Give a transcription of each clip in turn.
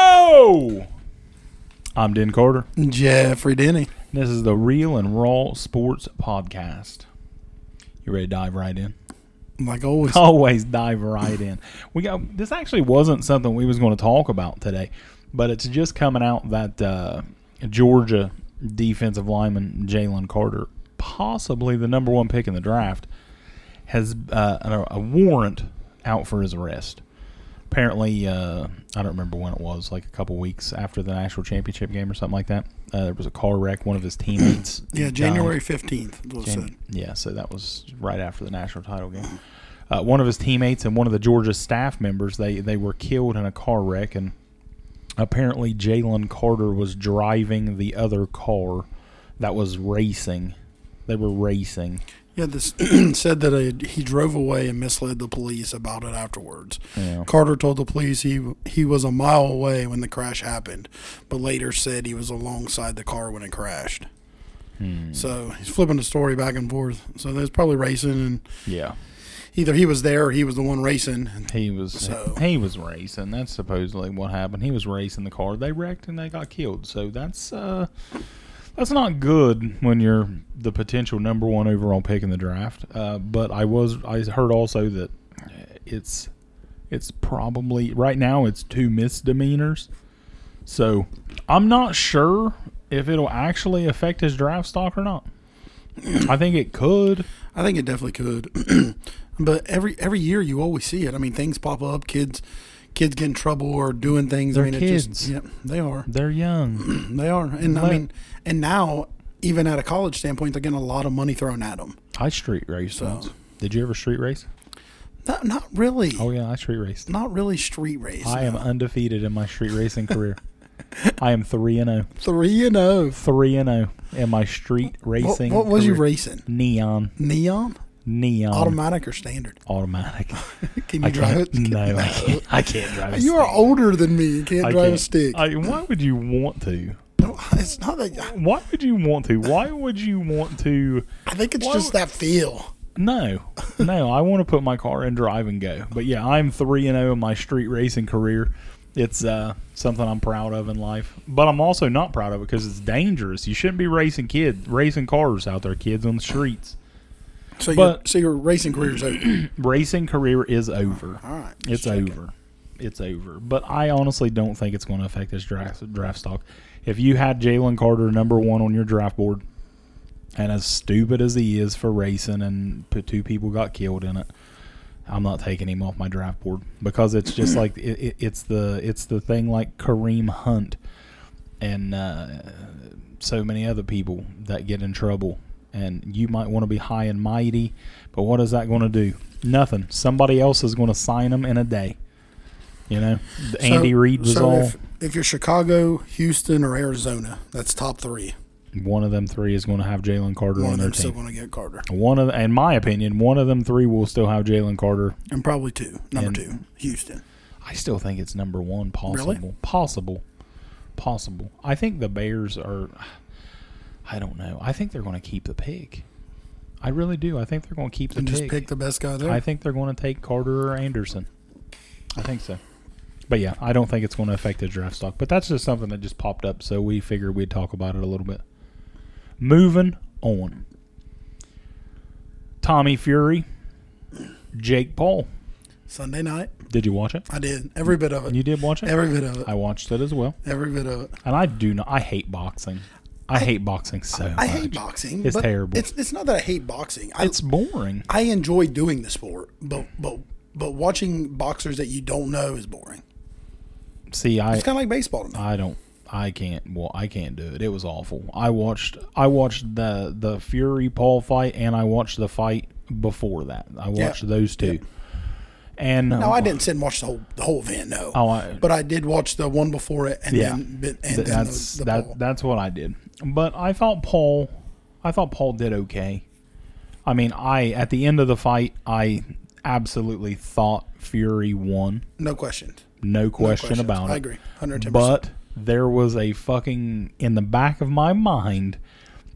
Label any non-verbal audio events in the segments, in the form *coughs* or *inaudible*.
Whoa! I'm Den Carter. Jeffrey Denny. This is the Real and Raw Sports Podcast. You ready to dive right in? Like always. *laughs* Always dive right in. We got this actually wasn't something we was going to talk about today, but it's just coming out that uh, Georgia defensive lineman Jalen Carter, possibly the number one pick in the draft, has uh, a- a warrant out for his arrest. apparently uh, i don't remember when it was like a couple weeks after the national championship game or something like that uh, there was a car wreck one of his teammates *clears throat* Yeah, January fifteenth. died. Jan- yeah so that was right after the national title game uh, one of his teammates and one of the georgia staff members they, they were killed in a car wreck and apparently jalen carter was driving the other car that was racing they were racing Yeah, this *clears throat* said that uh he drove away and misled the police about it afterwards. Yeah. Carter told the police he he was a mile away when the crash happened, but later said he was alongside the car when it crashed. Hmm, So he's flipping the story back and forth. So there's probably racing, and yeah either he was there or he was the one racing. He was So- he was racing. That's supposedly what happened. He was racing the car. They wrecked and they got killed. So that's uh, that's not good when you're the potential number one overall pick in the draft. Uh, but I was I heard also that it's it's probably right now it's two misdemeanors. So I'm not sure if it'll actually affect his draft stock or not. I think it could. I think it definitely could. *clears throat* but every every year you always see it. I mean, things pop up. Kids kids get in trouble or doing things. I They're mean, It kids. just, yeah, they are. *clears throat* They're young. They are. And I Right. mean, and now even at a college standpoint, they're getting a lot of money thrown at them. I street raced once. Did you ever street race? Not, not really. Oh yeah, I street raced. Not really street race. I am undefeated in my street racing *laughs* career. I am three and zero, three and oh. three and zero in my street What, racing. what was you career. Um, racing? Neon, Neon, neon, automatic or standard? automatic. Can you I drive can't. it? No, I can't. I can't drive. a *laughs* You are stick. older than me. You can't I drive a can't. stick. I, why would you want to? no, it's not that. Why would you want to? Why would you want to? I think it's Why just would- that feel. No, no. I want to put my car in drive and go. But yeah, I'm three and zero in my street racing career. It's uh, something I'm proud of in life, but I'm also not proud of it because it's dangerous. You shouldn't be racing kids, racing cars out there, kids on the streets. So, your, But- so your racing career's over. Racing career is over. All right. It's over. It's over. But I honestly don't think it's going to affect this draft draft stock. If you had Jalen Carter number one on your draft board, and as stupid as he is for racing, and p- two people got killed in it, I'm not taking him off my draft board because it's just *coughs* like it, it, it's the it's the thing like Kareem Hunt and uh, so many other people that get in trouble. And you might want to be high and mighty, but what is that going to do? Nothing. Somebody else is going to sign them in a day. You know, Andy Reid was so all If, if you're Chicago, Houston, or Arizona, that's top three. one of them three is going to have Jalen Carter on One of their them still team. going to get Carter, One of, in my opinion, one of them three will still have Jalen Carter and probably two. Number And- two, Houston. I still think it's number one possible. Really? Possible. Possible. I think the Bears are I don't know. I think they're gonna keep the pick. I really do. I think they're gonna keep the And pick. just pick the best guy there. I think they're gonna take Carter or Anderson. I think so. But yeah, I don't think it's gonna affect the draft stock. But that's just something that just popped up, so we figured we'd talk about it a little bit. Moving on. Tommy Fury, Jake Paul. Sunday night, Did you watch it? I did every bit of it. You did watch it? Every bit of it. I watched it as well, Every bit of it. and I do not. I hate boxing. I, hate boxing so much. I hate boxing. It's but terrible. It's it's not that I hate boxing. I It's boring. I enjoy doing the sport, but but but watching boxers that you don't know is boring. See, I It's kind of like baseball to me. I don't. I can't. Well, I can't do it. It was awful. I watched. I watched the the Fury Paul fight, and I watched the fight before that. I watched those two. And no, I didn't sit and watch the whole the whole event. No, Oh, I- but I did watch the one before it, and Yeah. then and Th- then uh, that's the, the that. ball. That's what I did. But I thought Paul, I thought Paul did okay. I mean, I at the end of the fight, I absolutely thought Fury won. no questions. No question questions. about it. I agree. 110%. But there was a fucking in the back of my mind,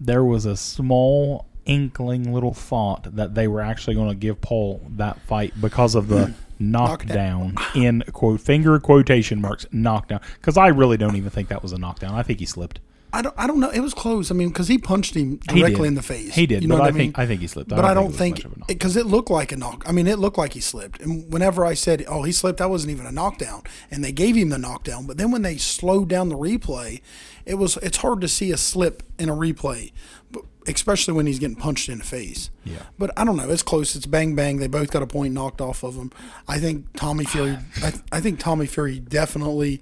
there was a small inkling little thought that they were actually going to give Paul that fight because of Hmm. the knockdown *laughs* in quote finger quotation marks knockdown because I really don't even think that was a knockdown. I think he slipped. I don't, I don't know. It was close. I mean, because he punched him He directly did. in the face. He did, You know but what I, I mean? think I think he slipped. but I don't it was think much of a knock. because it, looked like a knock. I mean, it looked like he slipped. And whenever I said, "Oh, he slipped," that wasn't even a knockdown, and they gave him the knockdown. But then when they slowed down the replay, it was it's hard to see a slip in a replay, but especially when he's getting punched in the face. Yeah. But I don't know. It's close. It's bang bang. They both got a point knocked off of them. I think Tommy Fury. I, I think Tommy Fury definitely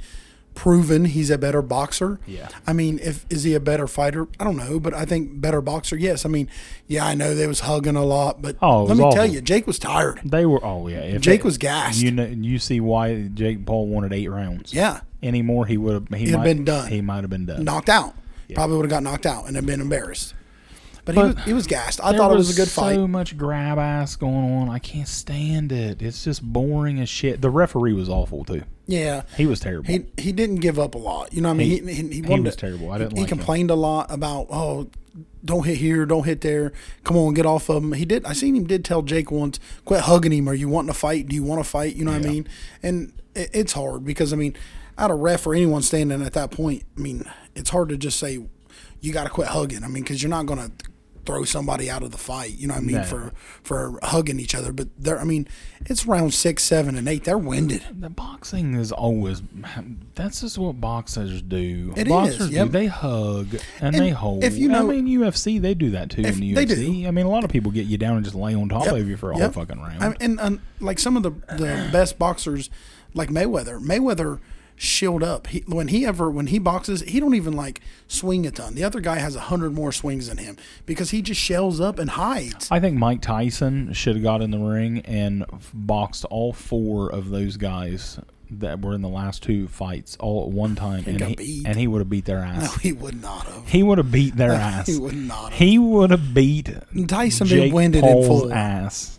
proven he's a better boxer. Yeah. I mean, if is he a better fighter? I don't know, but I think better boxer. Yes, I mean, yeah, I know they was hugging a lot, but Oh, it let was me awful. tell you, Jake was tired. They were. Oh yeah. If Jake it- was gassed. You know. You see why Jake Paul wanted eight rounds. Yeah, Any more, he would have. He He'd might been done. He might have been done. knocked out. Probably would have got knocked out and have been embarrassed. But, he, But was, he was gassed. I There thought it was a good So fight. much grab ass going on. I can't stand it. It's just boring as shit. The referee was awful too. Yeah. He was terrible. He, he didn't give up a lot. You know what I mean? He, he, he, wanted was to- terrible. I he- didn't He like him. complained a lot about, oh, don't hit here, don't hit there. Come on, get off of him. He did. I seen him did tell Jake once, quit hugging him. Are you wanting to fight? Do you want to fight? You know what I Yeah. mean? And it, it's hard because, I mean, out of ref or anyone standing at that point, I mean, it's hard to just say, you got to quit hugging. I mean, because you're not going to throw somebody out of the fight. You know what I mean? No. For, for hugging each other. But they're, I mean, it's round six, seven, and eight. They're winded. the boxing is always. That's just what boxers do. It is, boxers yep. do. They hug and, they hold. if you know- I mean UFC, they do that too in the they UFC. I mean, a lot of people get you down and just lay on top Yep. of you for a Yep. whole fucking round. I mean, and, and like some of the, the best boxers, like Mayweather, Mayweather shield up. He, when he ever when he boxes, he don't even like swing a ton. The other guy has a hundred more swings than him because he just shells up *laughs* and hides. I think Mike Tyson should have got in the ring and f- boxed all four of those guys that were in the last two fights all at one time, and got he, beat. and he would have beat their ass. No, he would not have. He would have beat their ass. *laughs* He would not have. He would have beat Tyson been Jake winded in Paul's full. ass.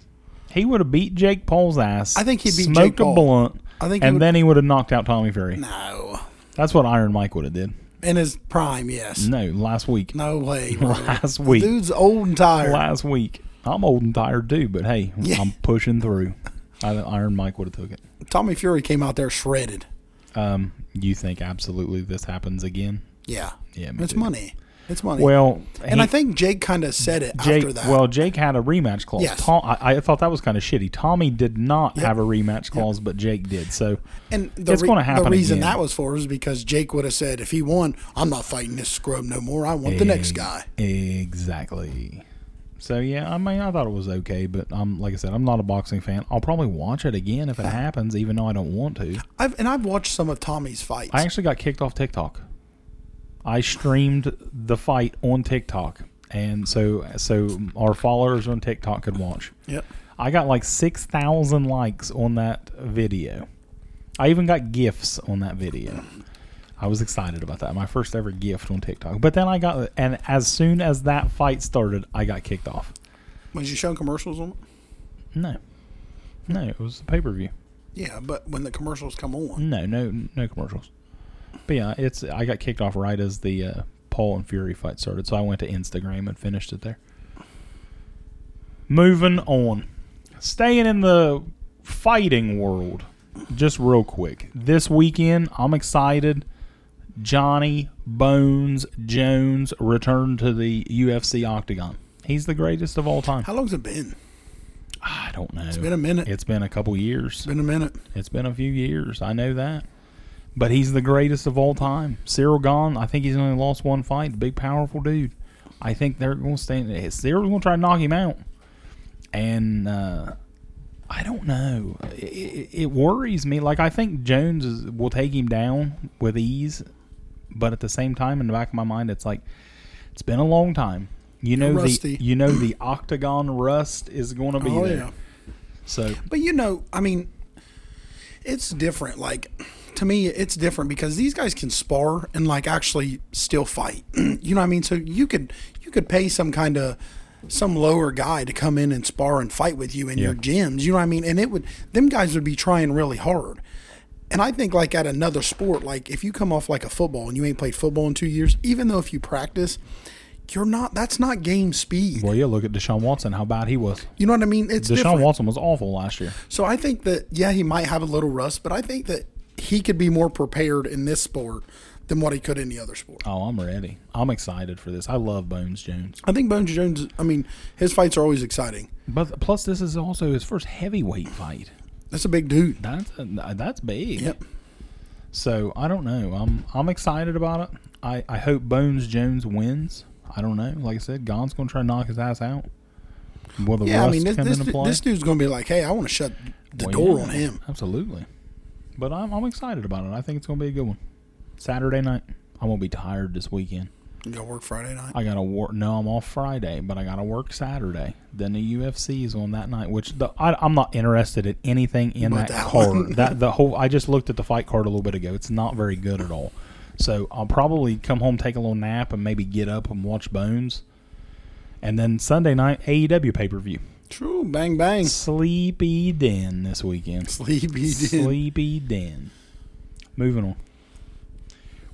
He would have beat Jake Paul's ass. I think he beat smoked Jake Paul. a blunt. I think he and would- then he would have knocked out Tommy Fury. No, That's what Iron Mike would have did. in his prime, yes. No, last week. No way. *laughs* bro. Last The week. Dude's old and tired. Last week. I'm old and tired too, but hey, Yeah. I'm pushing through. I think Iron Mike would have took it. Tommy Fury came out there shredded. Um, you think absolutely this happens again? Yeah, Yeah, me It's too. money. It's money. Well, and he- I think Jake kind of said it Jake, after that. well, Jake had a rematch clause. Yes. Tom, I, I thought that was kind of shitty. Tommy did not have a rematch clause, but Jake did. So And the, It's re- gonna happen the reason again. that was for is because Jake would have said, if he won, I'm not fighting this scrub no more. I want the next guy. Exactly. So yeah, I mean, I thought it was okay, but I'm like I said, I'm not a boxing fan. I'll probably watch it again if it happens, even though I don't want to. I've and I've watched some of Tommy's fights. I actually got kicked off TikTok. I streamed the fight on TikTok, and so so our followers on TikTok could watch. yep. I got like 6,000 likes on that video. I even got gifts on that video. I was excited about that. My first ever gift on TikTok. But then I got, and as soon as that fight started, I got kicked off. Was you showing commercials on it? No. No, it was the pay per view. Yeah, but when the commercials come on. No, no, no commercials. But yeah, it's, I got kicked off right as the uh, Paul and Fury fight started. So I went to Instagram and finished it there. Moving on. Staying in the fighting world, just real quick. This weekend, I'm excited. Johnny Bones Jones returned to the UFC octagon. He's the greatest of all time. How long's it been? I don't know. It's been a minute. It's been a couple years. Been a minute. It's been a few years. I know that. But he's the greatest of all time. Cyril Gone, I think he's only lost one fight. Big, powerful dude. I think they're going to stand. Cyril's going to try to knock him out. And uh, I don't know. It, it, it worries me. Like, I think Jones is, will take him down with ease. But at the same time, in the back of my mind, it's like, it's been a long time. You know, rusty. the you know the octagon rust is going to be Oh there. yeah. So But you know, I mean, it's different. Like to me, it's different because these guys can spar and like actually still fight. *clears throat* you know what I mean? So you could you could pay some kind of some lower guy to come in and spar and fight with you in your gyms. You know what I mean? And it would them guys would be trying really hard. And I think like at another sport, like if you come off like a football and you ain't played football in two years, even though if you practice, You're not. That's not game speed. Well, yeah, look at Deshaun Watson, how bad he was. You know what I mean? It's Deshaun different. Watson was awful last year. So I think that yeah, he might have a little rust, but I think that he could be more prepared in this sport than what he could in the other sport. Oh, I'm ready. I'm excited for this. I love Bones Jones. I think Bones Jones. I mean, his fights are always exciting. But plus, this is also his first heavyweight fight. That's a big dude. That's uh, that's big. Yep. So I don't know. I'm I'm excited about it. I, I hope Bones Jones wins. I don't know. Like I said, Gon's gonna try to knock his ass out. Will the Yeah, I rust mean, this, come this, into du- play? this dude's gonna be like, hey, I want to shut the Well, door yeah, on him. Absolutely. But I'm I'm excited about it. I think it's gonna be a good one. Saturday night. I won't be tired this weekend. You go work Friday night. I gotta work. No, I'm off Friday, but I gotta work Saturday. Then the UFC is on that night, which the, I, I'm not interested in anything in that, But that one. card. that the whole. I just looked at the fight card a little bit ago. It's not very good at all. So I'll probably come home, take a little nap, and maybe get up and watch Bones. And then Sunday night E AEW pay per *laughs* view. True. Bang bang. Sleepy Den this weekend. Sleepy. Sleep. Sleepy Den. Moving on.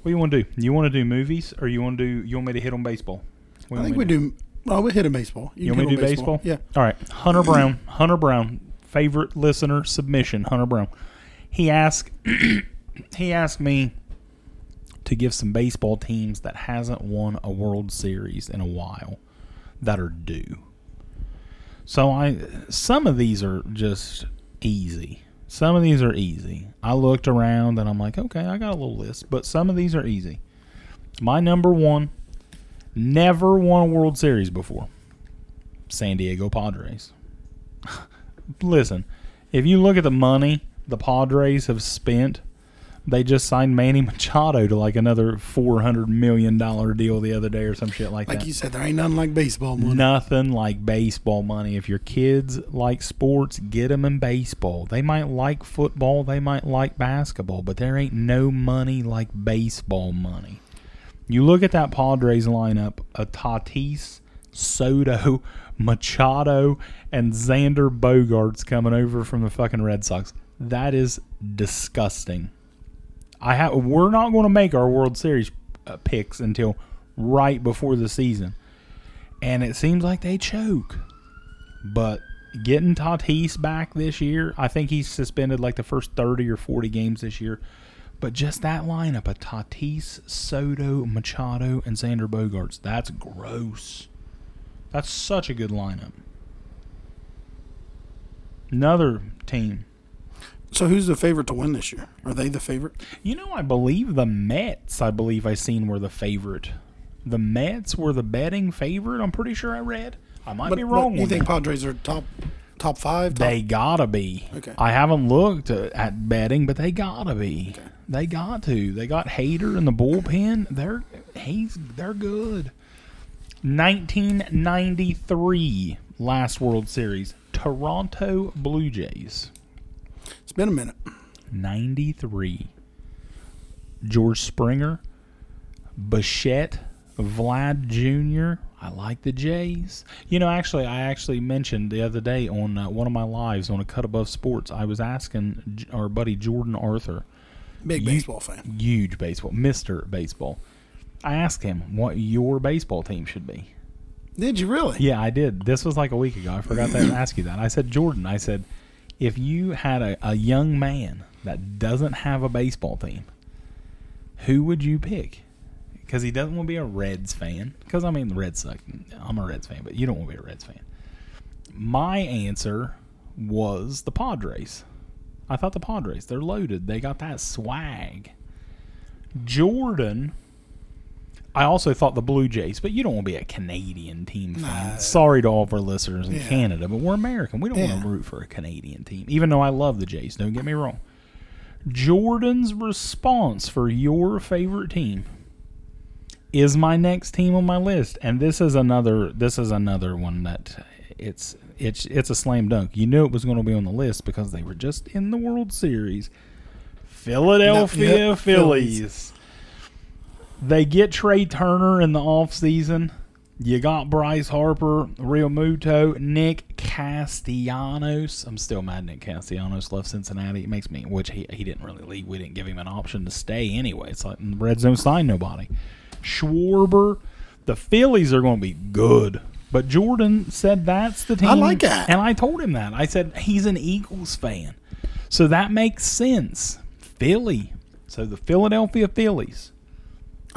What do you want to do? You want to do movies, or you want to do? You want me to hit on baseball? What I you think want me we to do. Well, we hit a baseball. You can want me to do hit on baseball? Yeah. All right. Hunter Brown. Hunter Brown. Favorite listener submission. Hunter Brown. He asked. *clears throat* he asked me to give some baseball teams that hasn't won a World Series in a while that are due. So I some of these are just easy. Some of these are easy. I looked around and I'm like, okay, I got a little list, but some of these are easy. My number one never won a World Series before. San Diego Padres. *laughs* Listen, if you look at the money the Padres have spent, they just signed Manny *laughs* Machado to like another four hundred million dollar deal the other day or some shit like, Like that. you said, there ain't nothing like baseball money. Nothing like baseball money. If your kids like sports, get them in baseball. They might like football, they might like basketball, but there ain't no money like baseball money. You look at that Padres lineup: a Tatis, Soto, *laughs* Machado, and Xander Bogarts coming over from the fucking Red Sox. That is disgusting. I have. We're not going to make our World Series uh, picks until right before the season, and it seems like they choke. But getting Tatis back this year, I think he's suspended like the first thirty or forty games this year. But just that lineup of Tatis, Soto, Machado, and Xander Bogarts, that's gross. That's such a good lineup. Another team. So who's the favorite to win this year? Are they the favorite? You know, I believe the Mets, I believe I seen were the favorite. The Mets were the betting favorite, I'm pretty sure I read. I might be wrong. you with think that. Padres are top top five? Top, They gotta be. Okay. I haven't looked uh, at betting, but they gotta be. They got to. They got Hater in the bullpen. They're he's they're good. 1993 last World Series, Toronto Blue Jays. it's been a minute. 93. George Springer, Bichette, Vlad Jr. I like the Jays. You know, actually, I actually mentioned the other day on uh, one of my lives on a cut above sports. I was asking J- our buddy Jordan Arthur, Big You- baseball fan. huge baseball, Mister Baseball. I asked him what your baseball team should be. Did you really? Yeah, I did. This was like a week ago. I forgot to ask you that. I said, Jordan, I said, if you had a, a young man that doesn't have a baseball team, who would you pick? Because he doesn't want to be a Reds fan. Because, I mean, the Reds suck. I'm a Reds fan, but you don't want to be a Reds fan. My answer was the Padres. I thought the Padres, they're loaded. They got that swag. Jordan. I also thought the Blue Jays, but you don't want to be a Canadian team fan. No. Sorry to all of our listeners in Yeah. Canada, but we're American. We don't want Yeah. to root for a Canadian team, even though I love the Jays. Don't get me wrong. Jordan's response for your favorite team is my next team on my list, and this is another. This is another one that it's it's it's a slam dunk. You knew it was going to be on the list because they were just in the World Series. Philadelphia Yep, Phillies. Phillies. They get Trey Turner in the offseason. You got Bryce Harper, Real Muto, Nick Castellanos. I'm still mad Nick Castellanos left Cincinnati. It makes me, which he, he didn't really leave. We didn't give him an option to stay anyway. It's like the Reds don't sign nobody. Schwarber. the Phillies are going to be good. But Jordan said that's the team. I like that. And I told him that. I said he's an Eagles fan. So that makes sense. Philly. So the Philadelphia Phillies.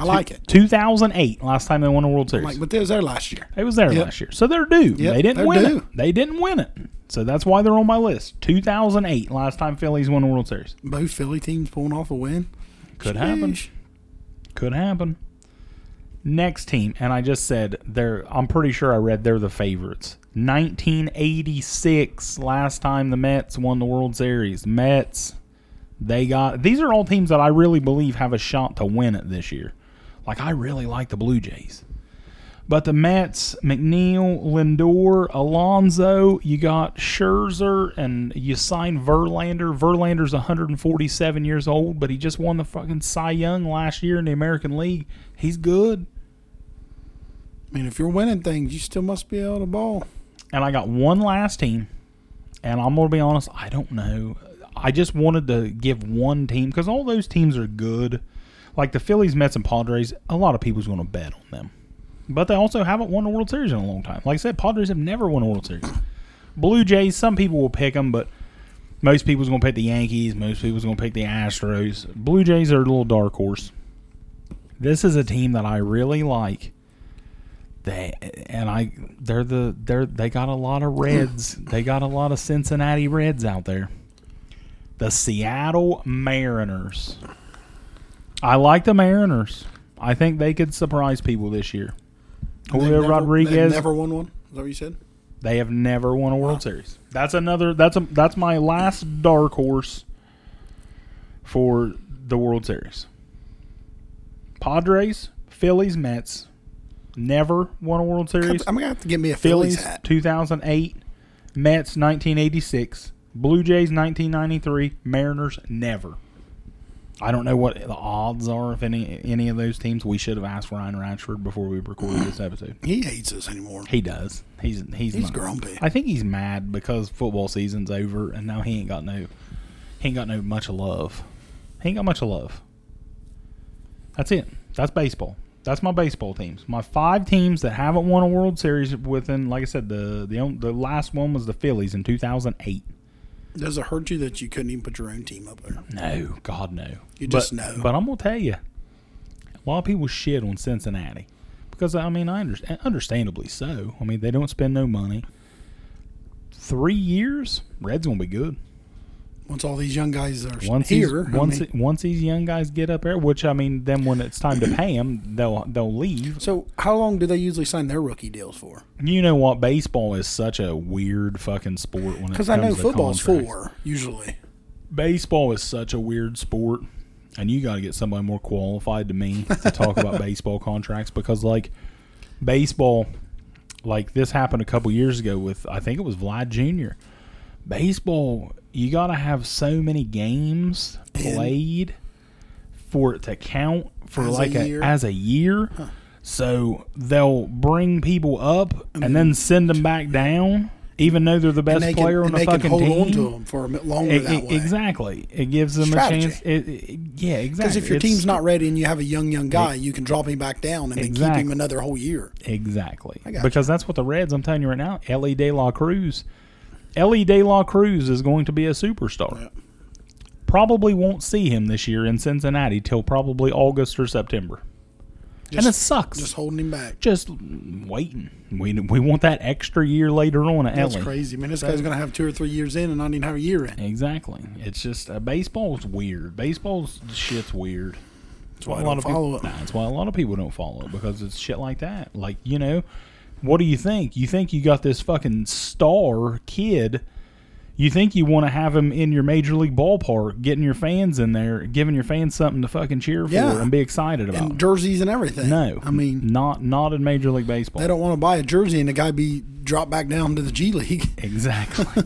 I like it. 2008, last time they won a World Series. Like, but they was there last year. They was there Yep. last year, so they're due. Yep, they didn't they're win it. due. They didn't win it, so that's why they're on my list. 2008, last time Phillies won a World Series. Both Philly teams pulling off a win. Could happen. Sheesh. Could happen. Next team, and I just said they're. I'm pretty sure I read they're the favorites. 1986, last time the Mets won the World Series. Mets, they got. These are all teams that I really believe have a shot to win it this year. Like I really like the Blue Jays. But the Mets, McNeil, Lindor, Alonzo, you got Scherzer, and you signed Verlander. Verlander's 147 years old, but he just won the fucking Cy Young last year in the American League. He's good. I mean, if you're winning things, you still must be able to ball. And I got one last team, and I'm going to be honest, I don't know. I just wanted to give one team because all those teams are good. Like the Phillies, Mets, and Padres, a lot of people's going to bet on them. But they also haven't won a World Series in a long time. Like I said, Padres have never won a World Series. Blue Jays, some people will pick them, but most people's going to pick the Yankees. Most people's going to pick the Astros. Blue Jays are a little dark horse. This is a team that I really like. They and I, they're the they're they got a lot of *clears throat* Reds. they got a lot of Cincinnati Reds out there. The Seattle Mariners. I like the Mariners. I think they could surprise people this year. They've Julio never- Rodriguez. they've never won one. Is that what you said? They have never won a World Series. That's another. That's a. That's my last dark horse for the World Series. Padres, Phillies, Mets, never won a World Series. I'm gonna have to get me a Phillies, Phillies, hat. 2008, Mets, 1986, Blue Jays, 1993, Mariners, never. I don't know what the odds are if any any of those teams. We should have asked Ryan Ratchford before we recorded this episode. He hates us anymore. He does. He's he's He's not. grumpy. I think he's mad because football season's over and now he ain't got no he ain't got no much love. He ain't got much love. That's it. That's baseball. That's my baseball teams. My five teams that haven't won a World Series within, like I said, the the on- the last one was the Phillies in 2008. Does it hurt you that you couldn't even put your own team up there? No, God no. You But- just know. But I'm gonna tell you, a lot of people shit on Cincinnati because I mean I understand, understandably so. I mean they don't spend no money. Three years, Reds gonna be good. Once all these young guys are Once here, these, I once mean- once these young guys get up there, which I mean, then when it's time to pay them, they'll they'll leave. so how long do they usually sign their rookie deals for? You know what? Baseball is such a weird fucking sport when it comes Because I know to football's contracts. four usually. baseball is such a weird sport and you got to get somebody more qualified to me to talk *laughs* about baseball contracts because like baseball like this happened a couple years ago with I think it was Vlad Jr. Baseball you got to have so many games played for it to count for As a like year? a as a year. So they'll bring people up and then send them back down even though they're the And best they player on can, and the they fucking can hold team. on to them for a bit longer It- that it- way. Exactly. It gives them Strategy. a chance. It, it- yeah, exactly. Because if your It's- team's not ready and you have a young young guy, you can drop him back down and then keep him Exactly. another whole year. exactly got because that's what the Reds. I'm telling you right now, Ellie De La Cruz, Ellie De La Cruz is going to be a superstar. Yeah. Probably won't see him this year in Cincinnati till probably August or September, and it Just- sucks. Just Just, holding him back. waiting. We we want that extra year later on at E. That's Ellie. crazy, man. This guy's gonna have two or three years in and not even have a year in. Exactly. It's just uh, baseball's weird. Baseball's shit's weird. That's why I don't follow people, it. Nah, that's why a lot of people don't follow it because it's shit like that. Like you know, what do you think? You think you got this fucking star kid. You think you want to have him in your major league ballpark, getting your fans in there, giving your fans something to fucking cheer for Yeah. and be excited about. And jerseys and everything. no, I mean not not in major league baseball. they don't want to buy a jersey and the guy be dropped back down to the G League. *laughs* Exactly.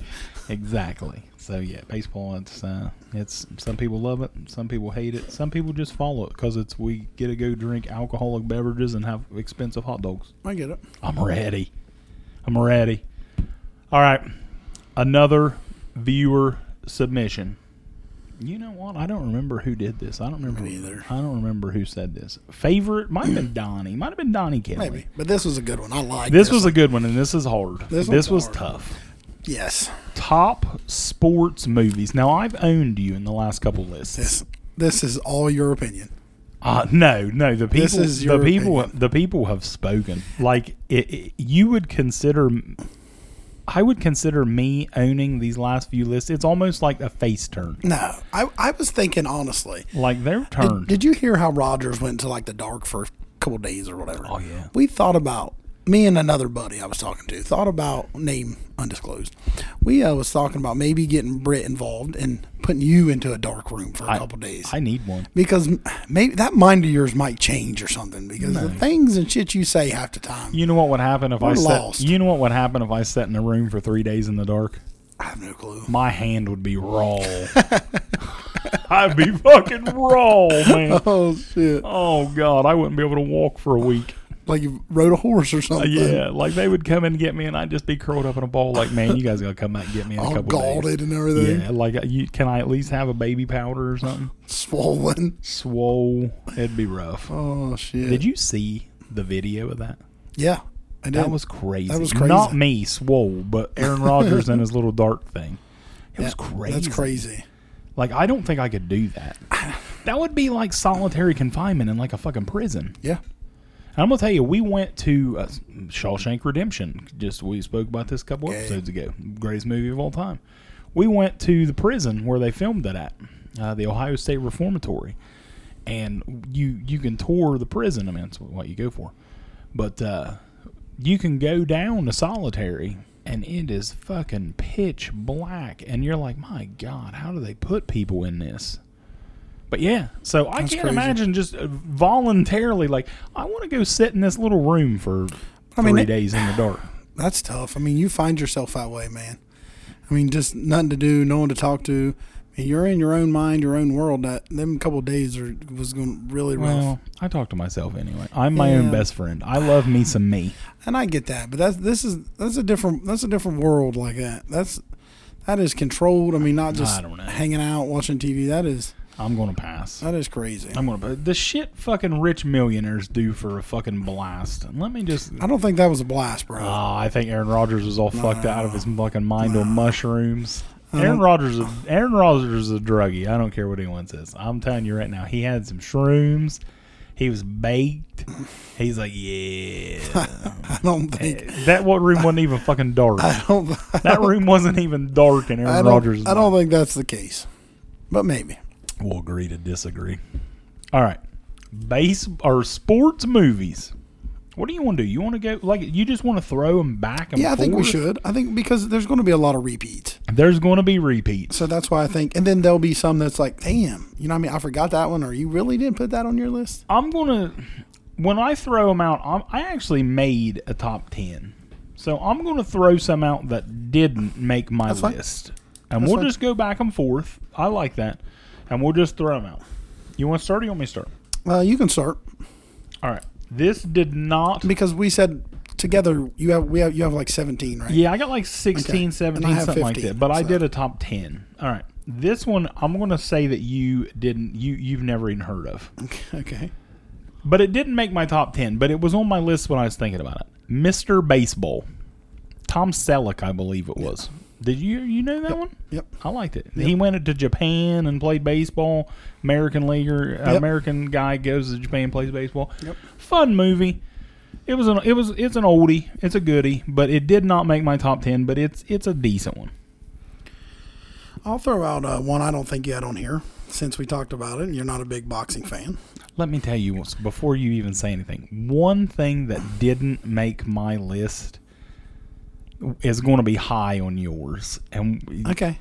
exactly. So yeah, baseball. It's uh, it's some people love it, some people hate it, some people just follow it because it's we get to go drink alcoholic beverages and have expensive hot dogs. I get it. I'm ready. I'm ready. All right, another viewer submission. You know what? I don't remember who did this. I don't remember Me either. I don't remember who said this. Favorite might have been Donnie. Might have been Donnie Kelly. Maybe, but this was a good one. I like This was a good one, and this is hard. This This, one's was hard. tough. yes. Top sports movies. Now I've owned you in the last couple lists. This this is all your opinion. Uh, no, no. The people, This is your the people, opinion. the people have spoken. Like it, it- you would consider, I would consider me owning these last few lists. It's almost like a face turn. No, I I was thinking honestly. Like they're Did, turned. did you hear how Rogers went to like the dark for a couple days or whatever? Oh, yeah. We thought about me and another buddy I was talking to thought about name undisclosed. We uh, was talking about maybe getting Britt involved and putting you into a dark room for a couple days. I need one. because m- maybe that mind of yours might change or something because the things and shit you say half the time You know what would happen if I We're sat, lost. You know what would happen if I sat in a room for three days in the dark? i have no clue My hand would be *laughs* raw. *laughs* I'd be fucking raw, man. oh shit Oh God, I wouldn't be able to walk for a week. like you rode a horse or something Yeah, like they would come and get me, and I'd just be curled up in a ball. Like, man, you guys gotta come back and get me in a all couple days. galled and everything Yeah, like uh, you, can I at least have a baby powder or something? swollen Swole, it'd be rough. oh shit Did you see the video of that? yeah I did. That was crazy. That was crazy. Not me, swole, but Aaron Rodgers and his little dart thing. It was crazy. that's crazy Like I don't think I could do that. That would be like solitary confinement in like a fucking prison. yeah And I'm gonna tell you, we went to uh, Shawshank Redemption. Just we spoke about this a couple Okay. episodes ago. Greatest movie of all time. We went to the prison where they filmed it at, uh, the Ohio State Reformatory, and you you can tour the prison. I mean, that's what you go for, but uh, you can go down to solitary, and it is fucking pitch black, and you're like, my god, how do they put people in this? But yeah, so I can't crazy. imagine just uh, voluntarily like I want to go sit in this little room for I three mean, it- days in the *sighs* dark. that's tough i mean you find yourself that way man i mean just nothing to do no one to talk to I mean, you're in your own mind your own world that them couple days are, was going really rough Well, I talk to myself anyway. I'm my own Yeah. best friend. I love me some *sighs* me. and I get that, but that's this is that's a different that's a different world like that. That's that is controlled. I mean, not just don't know. hanging out watching TV. That is I'm gonna pass. that is crazy. I'm gonna the shit fucking rich millionaires do for a fucking blast. And let me *sighs* just. I don't think that was a blast, bro. Ah, I think Aaron Rodgers was all fucked out of his fucking mind on mushrooms. Uh-huh. Aaron Rodgers, is- Aaron Rodgers is a druggie. I don't care what anyone says. I'm telling you right now, he had some shrooms. He was *laughs* baked. He's like, yeah. *laughs* I don't think. that what room wasn't even fucking dark. I don't. *laughs* That room wasn't even dark in I Aaron Rodgers. don't, I don't think that's the case, but maybe. We'll agree to disagree. All right, base or sports movies. What do you want to do? You want to go like you just want to throw them back and Yeah, I think we forth? should. I think because there's going to be a lot of repeats, There's going to be repeats. so that's why I think. And then there'll be some that's like, damn, you know, what I mean, I forgot that one, or you really didn't put that on your list. I'm gonna when I throw them out. I'm, I actually made a top ten, so I'm gonna throw some out that didn't make my fine. list, and we'll fine. just go back and forth. I like that, and we'll just throw them out. You want to start? Or you want me to start? Uh, you can start All right. This did not. because we said together you have we have you have like 17, right? Yeah, I got like 16, Okay. And I 17, have something like 15, that. But I so- did a top ten. All right. This one I'm gonna say that you didn't. You you've never even heard of. *laughs* Okay. But it didn't make my top 10, but it was on my list when I was thinking about it. Mr. Baseball. Tom Selleck, I believe it was. Did you you know that one? Yep. I liked it. He went to Japan and played baseball. American leaguer, Yep. American guy goes to Japan plays baseball. Yep. Fun movie. It was an it was it's an oldie, it's a goodie, but it did not make my top 10, but it's it's a decent one. I'll throw out uh, one I don't think you had on here since we talked about it. and You're not a big boxing fan. Let me tell you what's- before you even say anything. One thing that didn't make my list is going to be high on yours, and Okay.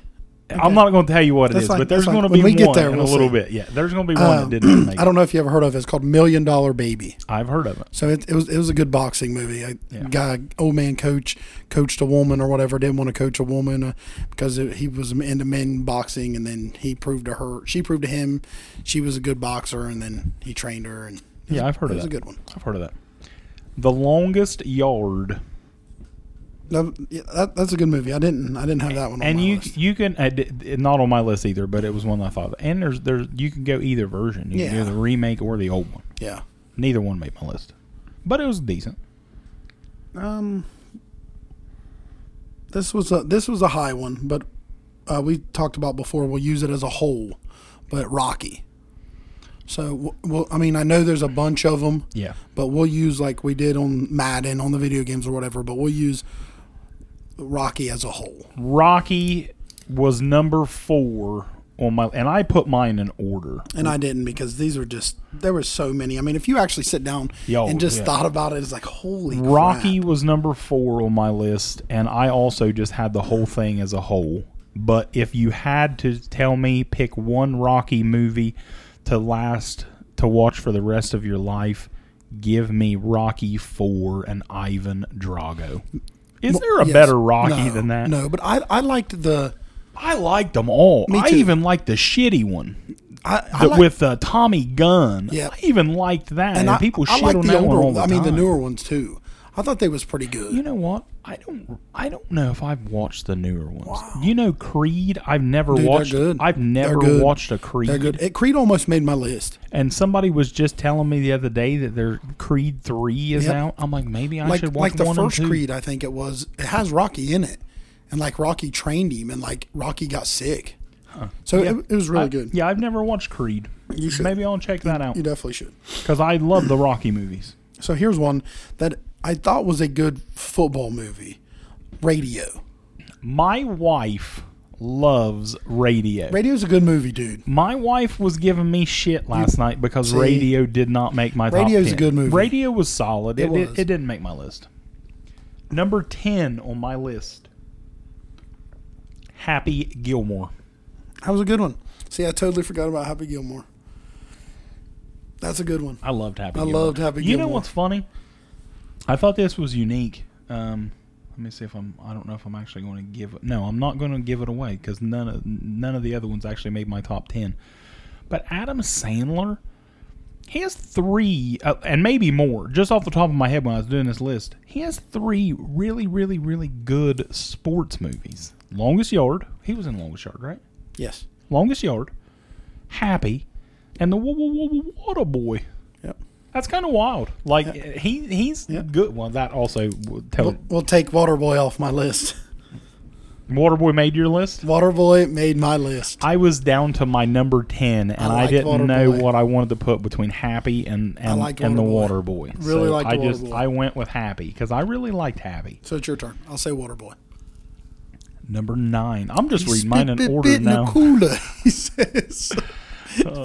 I'm not going to tell you what it That's is, fine, but there's that's fine. going to When be we get one there, in we'll a little see. bit. Yeah, there's going to be one Um, that *clears throat* didn't make. I don't know if you ever heard of it. It's called Million Dollar Baby. I've heard of it. So it, it was it was a good boxing movie. A Yeah. guy, old man coach, coached a woman or whatever. Didn't want to coach a woman uh, because it, he was into men boxing, and then he proved to her, she proved to him, she was a good boxer, and then he trained her. And it Yeah, was- I've heard it of was that. a good one. I've heard of that. The longest yard. That, yeah, that, that's a good movie. I didn't I didn't have that one. on and my you list. you can I did- not on my list either, but it was one that I thought. And there's there's you can go either version. You can do Yeah. the remake or the old one. yeah. Neither one made my list, but it was decent. Um, this was a this was a high one, but uh, we talked about before. We'll use it as a whole, but Rocky. So, w- well, I mean, I know there's a bunch of them, Yeah, but we'll use like we did on Madden on the video games or whatever. But we'll use Rocky as a whole. Rocky was number four on my, and I put mine in order. And I didn't because these are just there were so many. I mean, if you actually sit down Yo, and just yeah. thought about it, it's like holy Rocky crap. was number four on my list, and I also just had the whole thing as a whole. But if you had to tell me pick one Rocky movie to last to watch for the rest of your life, give me Rocky Four and Ivan Drago. Is there a Yes. better Rocky No, than that? No, but I I liked the I liked them all. Me I too. even liked the shitty one I, I that liked- with uh, Tommy Gunn. Yeah. I even liked that, and, I, people I shit like on the that one older all I mean, the time. newer ones too. I thought they was pretty good. You know what? I don't. I don't know if I've watched the newer ones. You know, Creed. I've never Dude, they're watched. good. I've They're never good. watched a Creed. They're good. It, Creed almost made my list. And somebody was just telling me the other day that their Creed Three is Yep. out. I'm like, maybe I Like should watch like the one first and two. Creed, I think it was. It has Rocky in it, and like Rocky trained him, and like Rocky got sick. So it, it was really I- good. Yeah, I've never watched Creed. You should. Maybe I'll check that out You definitely should. because I love the Rocky movies. So here's one that I thought was a good football movie, Radio. My wife loves radio. Radio's a good movie, dude. My wife was giving me shit last night because See? radio did not make my top Radio's a 10. good movie. Radio was solid. It, It it, was. it didn't make my list. Number 10 on my list Happy Gilmore. That was a good one. See, I totally forgot about Happy Gilmore. That's a good one. I loved Happy I Gilmore. loved Happy You know Gilmore. what's funny? I thought this was unique. Um, let me see if I'm. I don't know if I'm actually going to give. it. No, I'm not going to give it away because none of none of the other ones actually made my top ten. But Adam Sandler, he has three uh, and maybe more. Just off the top of my head, when I was doing this list, he has three really, really, really good sports movies. Longest Yard. He was in Longest Yard, right? Yes. Longest Yard, Happy, and the Wa- Wa- Wa- Wa- Water Boy. Yep. That's kind of wild. Like he he's Yeah. good. Well, that also would tell We'll, we'll take Waterboy off my list. *laughs* Waterboy made your list. Waterboy made my list. I was down to my number ten, and I, like didn't know Waterboy. what I wanted to put between Happy and and, like and the Water Waterboy. Boy. Really so liked I just Waterboy. I went with Happy because I really liked Happy. So it's your turn. I'll say Waterboy. Number nine. I'm just reading mine in Spit, bit, order bit in a now. Oh, cooler, *laughs* he says.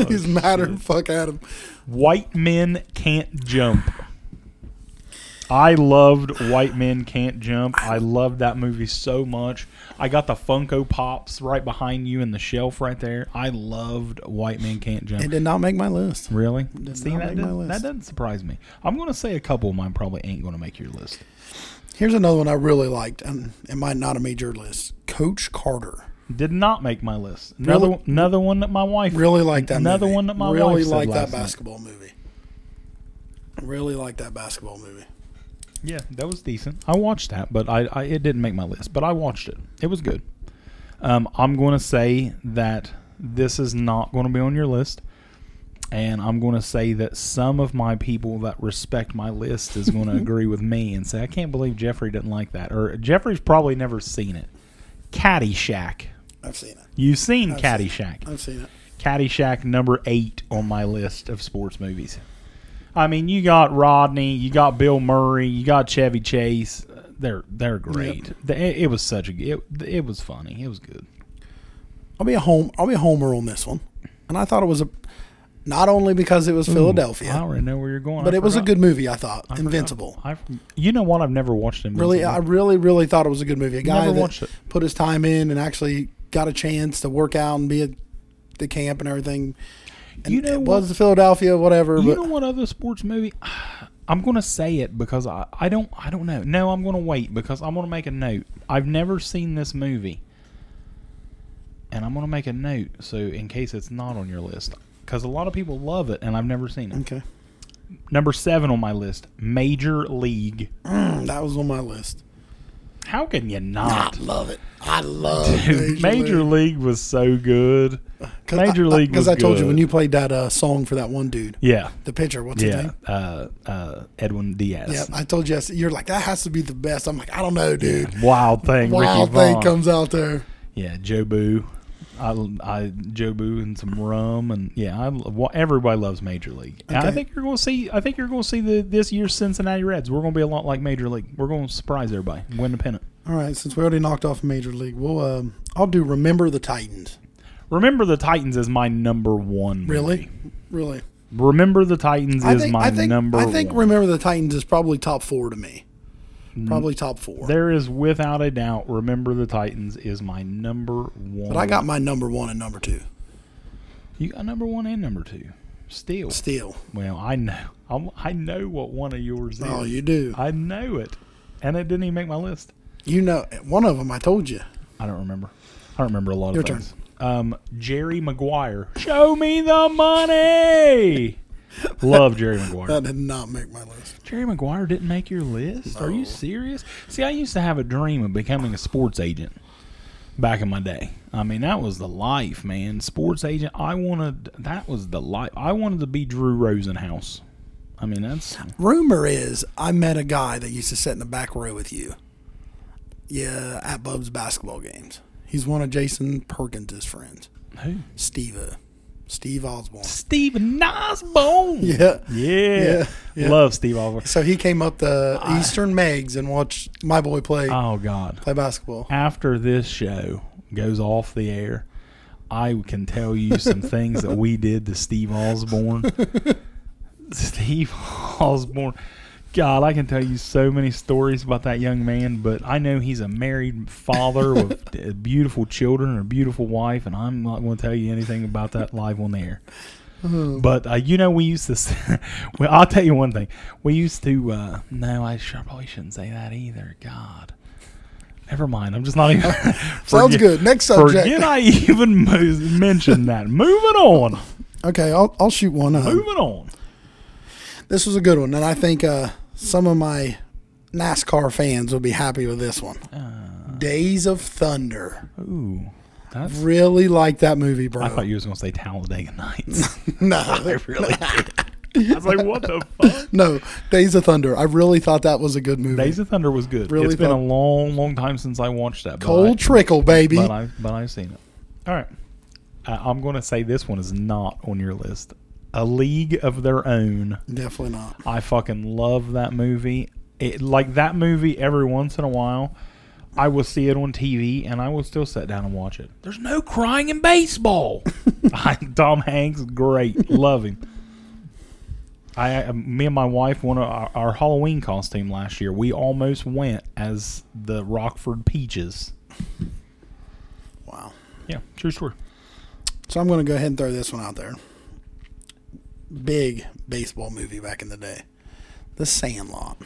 He's madder than fuck at him. White men can't jump. I loved White Men Can't Jump. I loved that movie so much. I got the Funko Pops right behind you in the shelf right there. I loved White Men Can't It Jump. did not make my list. Really? See, that, not make my doesn't, that list. doesn't surprise me. I'm going to say a couple of mine probably ain't going to make your list. Here's another one I really liked, and it might not have made your list. Coach Carter. Did not make my list. Another, Really? another one that my wife. Really liked that Another movie. one that my wife Really said liked last that night. basketball movie. Really liked that basketball movie. Yeah, that was decent. I watched that, but I, I it didn't make my list. But I watched it. It was good. Um, I'm going to say that this is not going to be on your list, and I'm going to say that some of my people that respect my list is *laughs* going to agree with me and say I can't believe Jeffrey didn't like that, or Jeffrey's probably never seen it. Caddyshack. I've seen it. You've seen I've seen it. Caddyshack. I've seen it. Caddyshack number eight on my list of sports movies. I mean, you got Rodney, you got Bill Murray, you got Chevy Chase. Uh, They're they're great. They- it was such a it, it was funny. It was good. I'll be a home. I'll be a homer on this one, and I thought it was a not only because it was Philadelphia, I already know where you're going. but I it was a forgot. good movie. I thought I forgot. Invincible. I've, you know what? I've never watched him. Really, I really, really thought it was a good movie. A guy Never that watched it. put his time in and actually got a chance to work out and be at the camp and everything. And You know it what- was Philadelphia, whatever. You know but what other sports movie? *sighs* I'm gonna say it because I, I don't I don't know. No, I'm gonna wait because I'm gonna make a note. I've never seen this movie, and I'm gonna make a note so in case it's not on your list because a lot of people love it and I've never seen it. okay, Number seven on my list, Major League. Mm, that was on my list. How can you not? *laughs* I love it. I love Dude, Major League was so good. Major League Because was I told you when good. you played that uh, song for that one dude, Yeah. the pitcher. What's his Yeah. name? Uh, uh, Edwin Diaz. Yeah, I told you. I said- You're like that has to be the best. I'm like I don't know, dude. Wild thing. Wild Ricky thing Vaughn. comes out there. Yeah, Joe Boo. I, I Joe Boo and some rum and yeah, I, well, everybody loves Major League. And I Okay. think you're going to see. I think you're going to see the this year's Cincinnati Reds. We're going to be a lot like Major League. We're going to surprise everybody. Win the pennant. All right, since we already knocked off Major League, we'll um, I'll do Remember the Titans. Remember the Titans is my number one. movie. Really, really. Remember the Titans I is think my I think number. I one. think Mm-hmm. Remember the Titans is probably top four to me. Probably top four. there is without a doubt. Remember the Titans is my number one. But I got my number one and number two. you got number one and number two. Still, Still, well, I know. I'm, I know what one of yours is. oh, you do. I know it, and it didn't even make my list. You know, one of them I told you. I don't remember. I don't remember a lot Your of turn. things. Um, Jerry Maguire. Show me the money. Love Jerry Maguire. That did not make my list. Jerry Maguire didn't make your list. Are you serious? See, I used to have a dream of becoming a sports agent back in my day. I mean, that was the life, man. Sports agent. I wanted. That was the life. I wanted to be Drew Rosenhaus. I mean, that's Rumor is I met a guy that used to sit in the back row with you. Yeah, at Bub's basketball games. He's one of Jason Perkins' friends. who Steve. Steve Osborne. Steven Osborne. Yeah. Yeah. Yeah, yeah. Love Steve Oliver. So he came up to Ah. Eastern Megs and watched my boy play Oh God. play basketball. After this show goes off the air, I can tell you *laughs* some things that we did to Steve Osborne. Steve Osborne. God, I can tell you so many stories about that young man, but I know he's a married father with d- *laughs* beautiful children and a beautiful wife, and I'm not going to tell you anything about that live on the air. But uh, you know, we used to. s- *laughs* well, I'll tell you one thing. We used to. Uh, no, I sure probably shouldn't say that either. God, never mind. I'm just not even. *laughs* *laughs* Sounds Forget- good. Next subject. Forget I even mo- mentioned that. Moving on. Okay, I'll, I'll shoot one. Um, Moving on. this was a good one, and I think uh, some of my NASCAR fans will be happy with this one. Ah. Days of Thunder. Ooh, that's Really like that movie, bro. I thought you was gonna say Talladega Nights. *laughs* I *laughs* no, really did. I was like, what *laughs* the fuck? no, Days of Thunder. I really thought that was a good movie. Days of Thunder was good. Really it's been a thought- long, long time since I watched that. Cold Trickle, baby. but I, but I but I've seen it. All right, uh, I'm gonna say this one is not on your list. A League of Their Own. Definitely not. I fucking love that movie. It like that movie every once in a while. I will see it on TV and I will still sit down and watch it. There's no crying in *laughs* baseball. I, Tom Hanks, great, love him. I, I- me and my wife won our, our Halloween costume last year. We almost went as the Rockford Peaches. Wow. Yeah, true story. So I'm going to go ahead and throw this one out there. Big baseball movie back in the day. The Sandlot.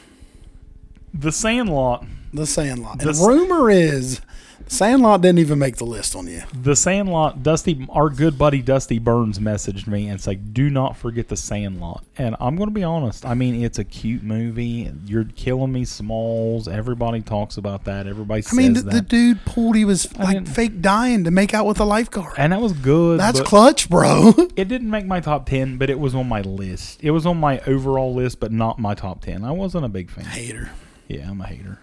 The Sandlot. The Sandlot. The And s- rumor is Sandlot didn't even make the list on you. The Sandlot, Dusty, our good buddy Dusty Burns messaged me and said, "Do not forget The Sandlot." And I'm going to be honest. I mean, it's a cute movie. You're killing me, Smalls. Everybody talks about that. Everybody I says mean, the, that. the dude pulled, he was like didn't- fake dying to make out with a lifeguard. and that was good. That's Eh, but clutch, bro. *laughs* It didn't make my top ten, but it was on my list. It was on my overall list, but not my top ten. I wasn't a big fan. Hater. Yeah, I'm a hater.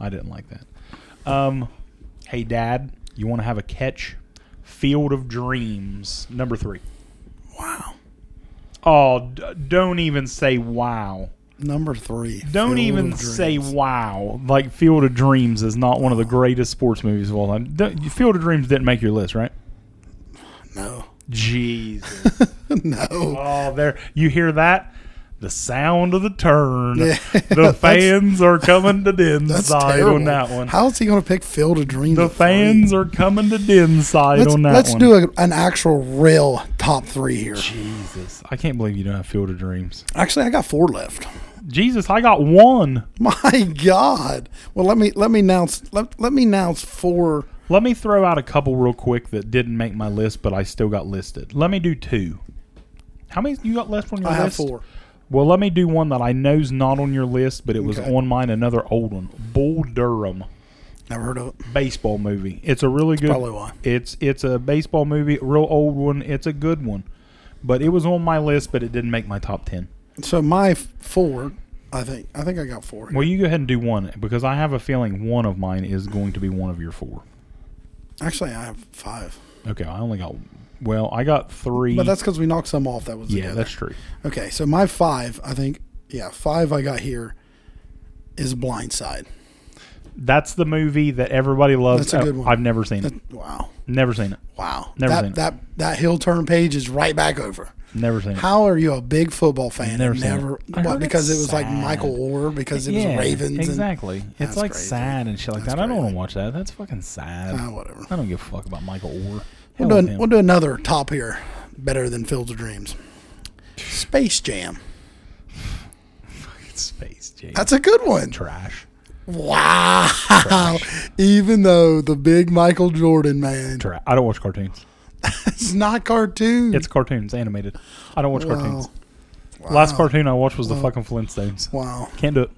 I didn't like that. Um, hey, Dad, you want to have a catch? Field of Dreams, number three. Wow. Oh, d- don't even say wow. Number three. Don't Field even of say Dreams. wow. Like Field of Dreams is not one of the greatest sports movies of all time. D- Field of Dreams didn't make your list, right? no. *laughs* Jesus. no. *laughs* oh, there. You hear that? The sound of the turn. Yeah. The *laughs* That's- fans are coming to That's Dinside terrible. on that one. How is he going to pick Field of Dreams? the at three? fans are coming to Dinside Let's, on that let's one. do a, an actual real top three here. Jesus. I can't believe you don't have Field of Dreams. Actually, I got four left. Jesus, I got one. *laughs* My God. Well, let me let me announce let, let me announce four. Let me throw out a couple real quick that didn't make my list, but I still got listed. Let me do two. How many you got left on your I list? have four. Well, let me do one that I know's not on your list, but it was Okay. on mine. Another old one, Bull Durham. Never heard of it. baseball movie. It's a really good. Probably why. It's it's a baseball movie, a real old one. It's a good one, but it was on my list, but it didn't make my top ten. So my f- four, I think I think I got four. Well, you go ahead and do one because I have a feeling one of mine is going to be one of your four. Actually, I have five. Okay, I only got well, I got three. But that's because we knocked some off that was yeah, together. that's true. Okay, so my five, I think, yeah, five I got here is Blindside. That's the movie that everybody loves. Oh, That's a good one. I've never seen it. That- wow, Never seen it. wow. Hmm. Never that seen it. that that hill turn page is right back over. Never seen it. How are you a big football fan? Never and seen it. never I what, heard because it it's was like sad. Michael Orr because it was Yeah, Ravens. Exactly. it's That's like crazy. sad and shit like That's that. I don't want crazy. to watch that. That's fucking sad. And, ah, whatever. I don't give a fuck about Michael Orr. Hell We'll do, with an- him. we'll do another top here, better than Fields of Dreams. Space Jam. Space Jam. That's a good one. trash. Wow. Even though the big Michael Jordan man, Trash. I don't watch cartoons. it's not cartoon. It's cartoons, animated. I don't watch Wow. cartoons. Last cartoon I watched was the fucking Flintstones. Wow. Can't do it.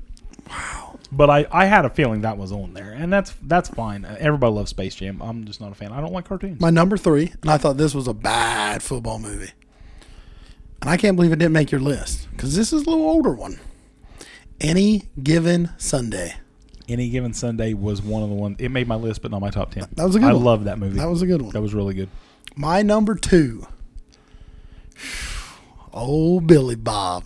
Wow. But I, I had a feeling that was on there, and that's that's fine. Uh, Everybody loves Space Jam. I'm just not a fan. I don't like cartoons. My number three, and I thought this was a bad football movie. And I can't believe it didn't make your list because this is a little older one. Any given Sunday. Any given Sunday was one of the ones. It made my list, but not my top ten. That was a good I one. love that movie. That was a good one. that was really good. My number two, old Billy Bob,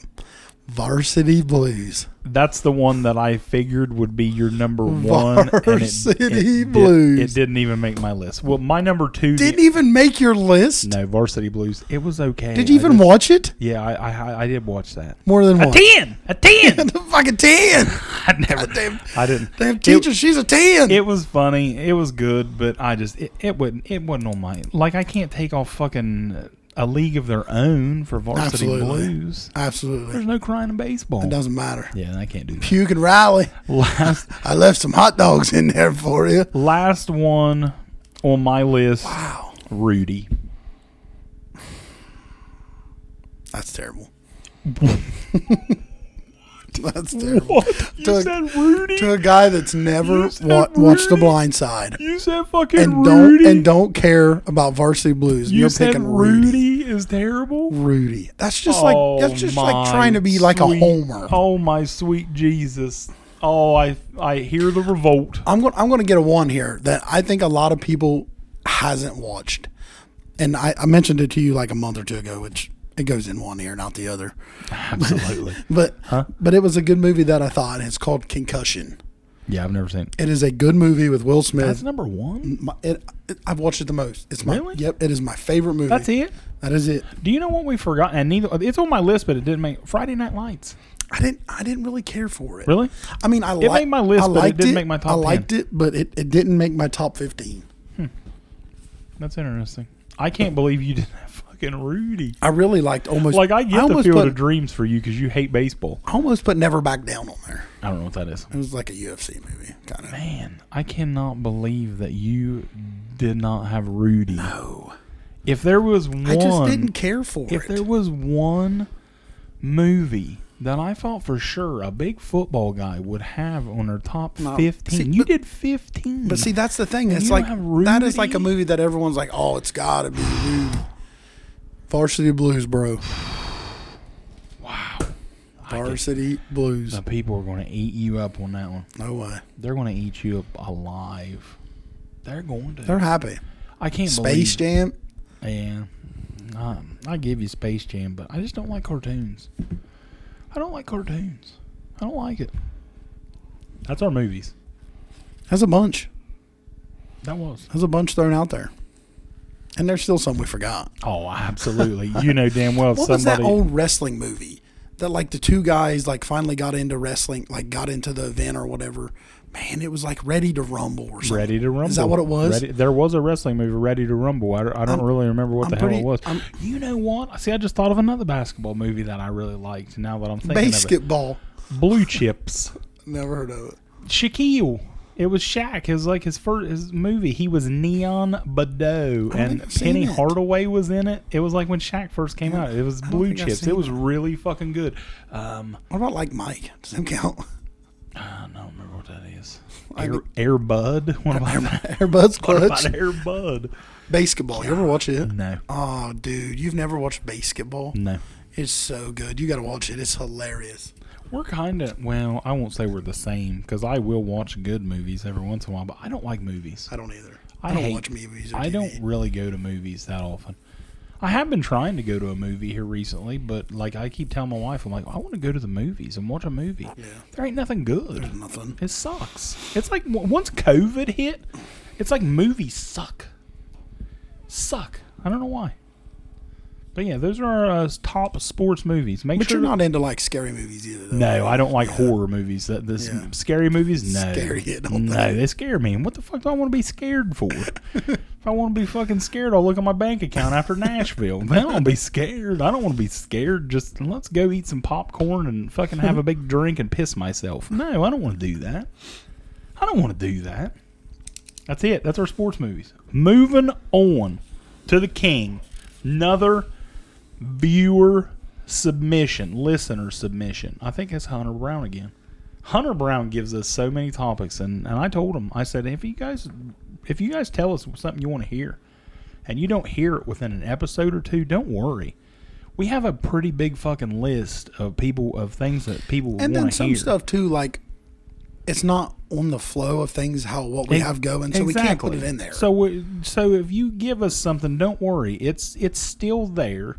Varsity Blues. That's the one that I figured would be your *laughs* number one. Varsity did- Blues. it didn't even make my list. Well, my number two Didn't even make your list. No, Varsity Blues. It was okay. Did you I even just- watch Oh. it? Yeah, I, I I did watch that. More than *laughs* one. Ten, a ten. *laughs* Fucking ten. I never. Damn, I didn't. damn teacher, It, she's a ten. it was funny. It was good, but I just it, it wasn't it wasn't on my like. I can't take off fucking a league of their own for Varsity Absolutely. Blues. There's Absolutely. no crying in baseball. It doesn't matter. Yeah, I can't do that. Puke and Riley. Last I left some hot dogs in there for you. last one on my list. Wow. Rudy. That's terrible. *laughs* that's terrible. What you To- said, Rudy? To a guy that's never You said wa- watched The Rudy? Blind Side you said fucking and don't Rudy. and don't care about Varsity Blues, you you're said picking Rudy. Rudy is terrible. Rudy. That's just Oh, like that's just like my trying to be like a sweet- homer. Oh my sweet Jesus! Oh, I I hear the *laughs* revolt. I'm going. I'm going to get a one here that I think a lot of people hasn't watched, and I, I mentioned it to you like a month or two ago, which it goes in one ear, not the other. Absolutely. But but it was a good movie that I thought. It's called Concussion. yeah, I've never seen. It. It is a good movie with Will That's Smith. number one. My, it, it, I've watched it the most. It's my Really? yep. It is my favorite movie. That's it. That is it. Do you know what we forgot? And neither it's on my list, but it didn't make Friday Night Lights. I didn't. I didn't really care for it. Really? I mean, I It li- made my list, I but it liked didn't make my top I 10. liked it, but it, it didn't make my top fifteen. That's interesting. I can't believe you didn't have fucking Rudy. I really liked almost Like I get the almost field put, of dreams for you because you hate baseball. I almost put Never Back Down on there. I don't know what that is. It was like a UFC movie, kind of. Man, I cannot believe that you did not have Rudy. Oh, If there was one, I just didn't care for if it. there was one movie that I thought for sure a big football guy would have on their top No. fifteen, See, you but- did fifteen. but see, that's the thing. You It's don't like have that is like a Rudy? movie that everyone's like, "Oh, it's gotta be Rudy." Varsity Blues, bro. wow, Varsity Blues. the people are going to eat you up on that one. No way. They're going to eat you up alive. They're going to. They're happy. I can't believe. Space Jam. Jam. Yeah, Um, I give you Space Jam, but I just don't like cartoons. I don't like cartoons. I don't like it. That's our movies. That's a bunch. That was. There's a bunch thrown out there, and there's still some we forgot. Oh, absolutely. you know damn well *laughs* What somebody. was that old wrestling movie that like the two guys like finally got into wrestling, like got into the event or whatever? Man, it was like Ready to Rumble or something. Ready to Rumble. Is that what it was? Ready, there was a wrestling movie, Ready to Rumble. I, don't- I don't I'm- really remember what I'm the hell pretty- it was. I'm- you know what? See, I just thought of another basketball movie that I really liked. Now that I'm thinking of Basketball. it, Blue Chips. Never heard of it. Shaquille. It was Shaq. It was like his first his movie. He was Neon Badeau, I and haven't seen Penny it. Hardaway was in it. It was like when Shaq first came out. It was I don't Blue think I've Chips. seen It was really fucking good. Um, What about like Mike? Does that count? *laughs* I don't remember what that is. I- Air, Air Bud? *laughs* What about that? Airbuds What about clutch. Air Mm. Bud? Basketball. You ever watch it? No. Oh, dude, you've never watched basketball? No. It's so good. You got to watch it. It's hilarious. We're kind of, well, I won't say we're the same because I will watch good movies every once in a while, but I don't like movies. I don't either. I I, don't hate- watch movies. Or I TV. don't really go to movies that often. I have been trying to go to a movie here recently, but like I keep telling my wife, I'm like, I want to go to the movies and watch a movie. Yeah. There ain't nothing good. There's nothing. It sucks. It's like w- once COVID hit, it's like movies suck. Suck. I don't know why. But yeah, those are our uh, top sports movies. Make But sure you're not into like scary movies either. Though. No, I don't like horror movies. That this Yeah. scary movies. No, Scary, I don't no, think. they scare me. And what the fuck do I want to be scared *laughs* for? if I want to be fucking scared, I'll look at my bank account after Nashville. Then I'll be scared. I don't want to be scared. Just let's go eat some popcorn and fucking have a *laughs* big drink and piss myself. No, I don't want to do that. I don't want to do that. That's it. That's our sports movies. Moving on to the king. Another viewer submission, listener submission. I think it's Hunter Brown again. Hunter Brown gives us so many topics, and, and I told him, I said, if you guys, if you guys tell us something you want to hear, and you don't hear it within an episode or two, don't worry. We have a pretty big fucking list of people of things that people want to And hear. then some stuff too, like it's not on the flow of things how what we Ex- have going, so we can't put it in there. So we- so if you give us something, don't worry. It's it's still there.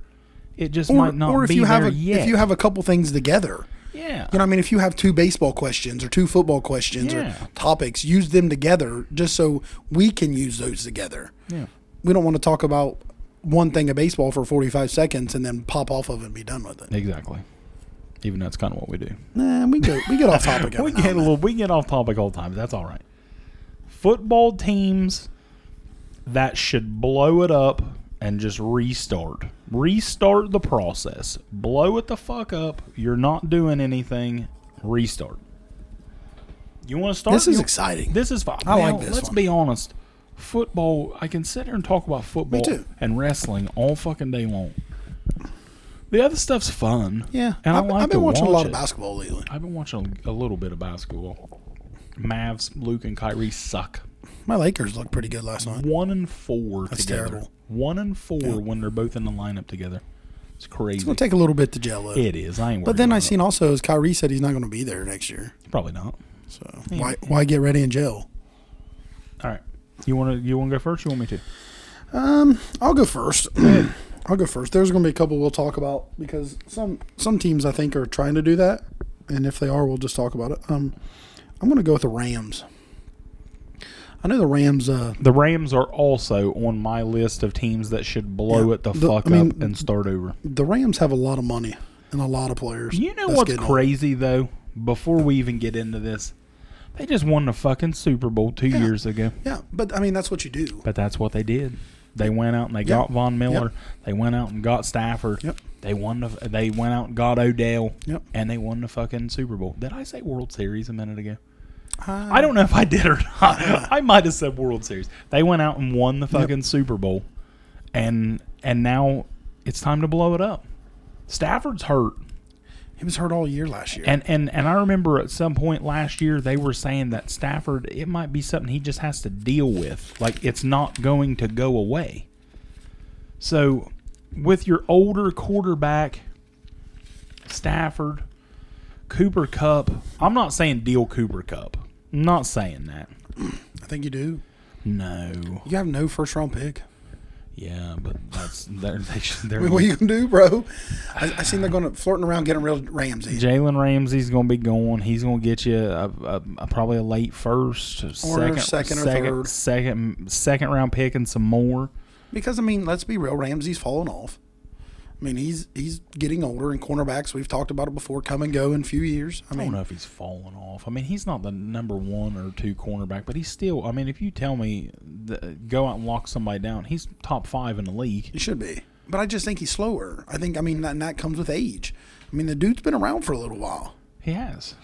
It just or, might not or if be you have there a, yet. if you have a couple things together. yeah. You know, what I mean, if you have two baseball questions or two football questions Yeah. or topics, use them together just so we can use those together. yeah. We don't want to talk about one thing of baseball for 45 seconds and then pop off of it and be done with it. Exactly. Even though that's kind of what we do. Nah, we go we get off topic. every *laughs* we now get a and then. little we get off topic all the time. but That's all right. Football teams that should blow it up and just restart. Restart the process. Blow it the fuck up. You're not doing anything. Restart. You want to start? This is You- exciting. This is fine. I like Now, this Let's one. be honest. Football. I can sit here and talk about football too. and wrestling all fucking day long. The other stuff's fun. yeah, and I I've, like I've been to watching a watch lot it. of basketball lately. I've been watching a little bit of basketball. Mavs, Luke, and Kyrie suck. My Lakers looked pretty good last night. One and four That's together. terrible. One and four when they're both in the lineup together. It's crazy. It's gonna take a little bit to gel up. it is. I ain't. But worried then about I it. seen also is Kyrie said he's not going to be there next year. probably not. So why why get ready in jail? All right. You want to? You want to go first? You want me to? Um, I'll go first. *clears throat* I'll go first. There's going to be a couple we'll talk about because some some teams I think are trying to do that, and if they are, we'll just talk about it. Um, I'm going to go with the Rams. I know the Rams. Uh, The Rams are also on my list of teams that should blow Yeah. it the, The- fuck I mean- up and start over. the Rams have a lot of money and a lot of players. You know That's what's good. crazy though? Before we even get into this, they just won the fucking Super Bowl two years ago. Yeah, but I mean that's what you do. But that's what they did. They went out and they Yeah. got Von Miller. They went out and got Stafford. Yep. They won the. They went out and got Odell. Yep. And they won the fucking Super Bowl. Did I say World Series a minute ago? Uh, I don't know if I did or not. I might have said World Series. They went out and won the fucking Super Bowl, and and now it's time to blow it up. Stafford's hurt, He was hurt all year last year. and and and I remember at some point last year they were saying that Stafford it might be something he just has to deal with. Like it's not going to go away. So, with your older quarterback, Stafford, Cooper Cup, I'm not saying deal Cooper Cup. I'm not saying that. I think you do. No. You have no first *laughs* round pick. Yeah, but that's they're, they *laughs* should, they're I mean, what you gonna do, bro? I, I seen they're gonna flirting around getting real Ramsey Jalen Ramsey's going to be going. He's going to get you a, a, a- probably a late first, second, second or third. second, second round pick, and some more. because I mean, let's be real, Ramsey's falling off. I mean, he's he's getting older, and cornerbacks we've talked about it before come and go in few years. I I don't mean, know if he's fallen off. I mean, he's not the number one or two cornerback, but he's still. I mean, if you tell me that, go out and lock somebody down, he's top five in the league. he should be, but I just think he's slower. I think I mean, and that comes with age. I mean, the dude's been around for a little while. He has.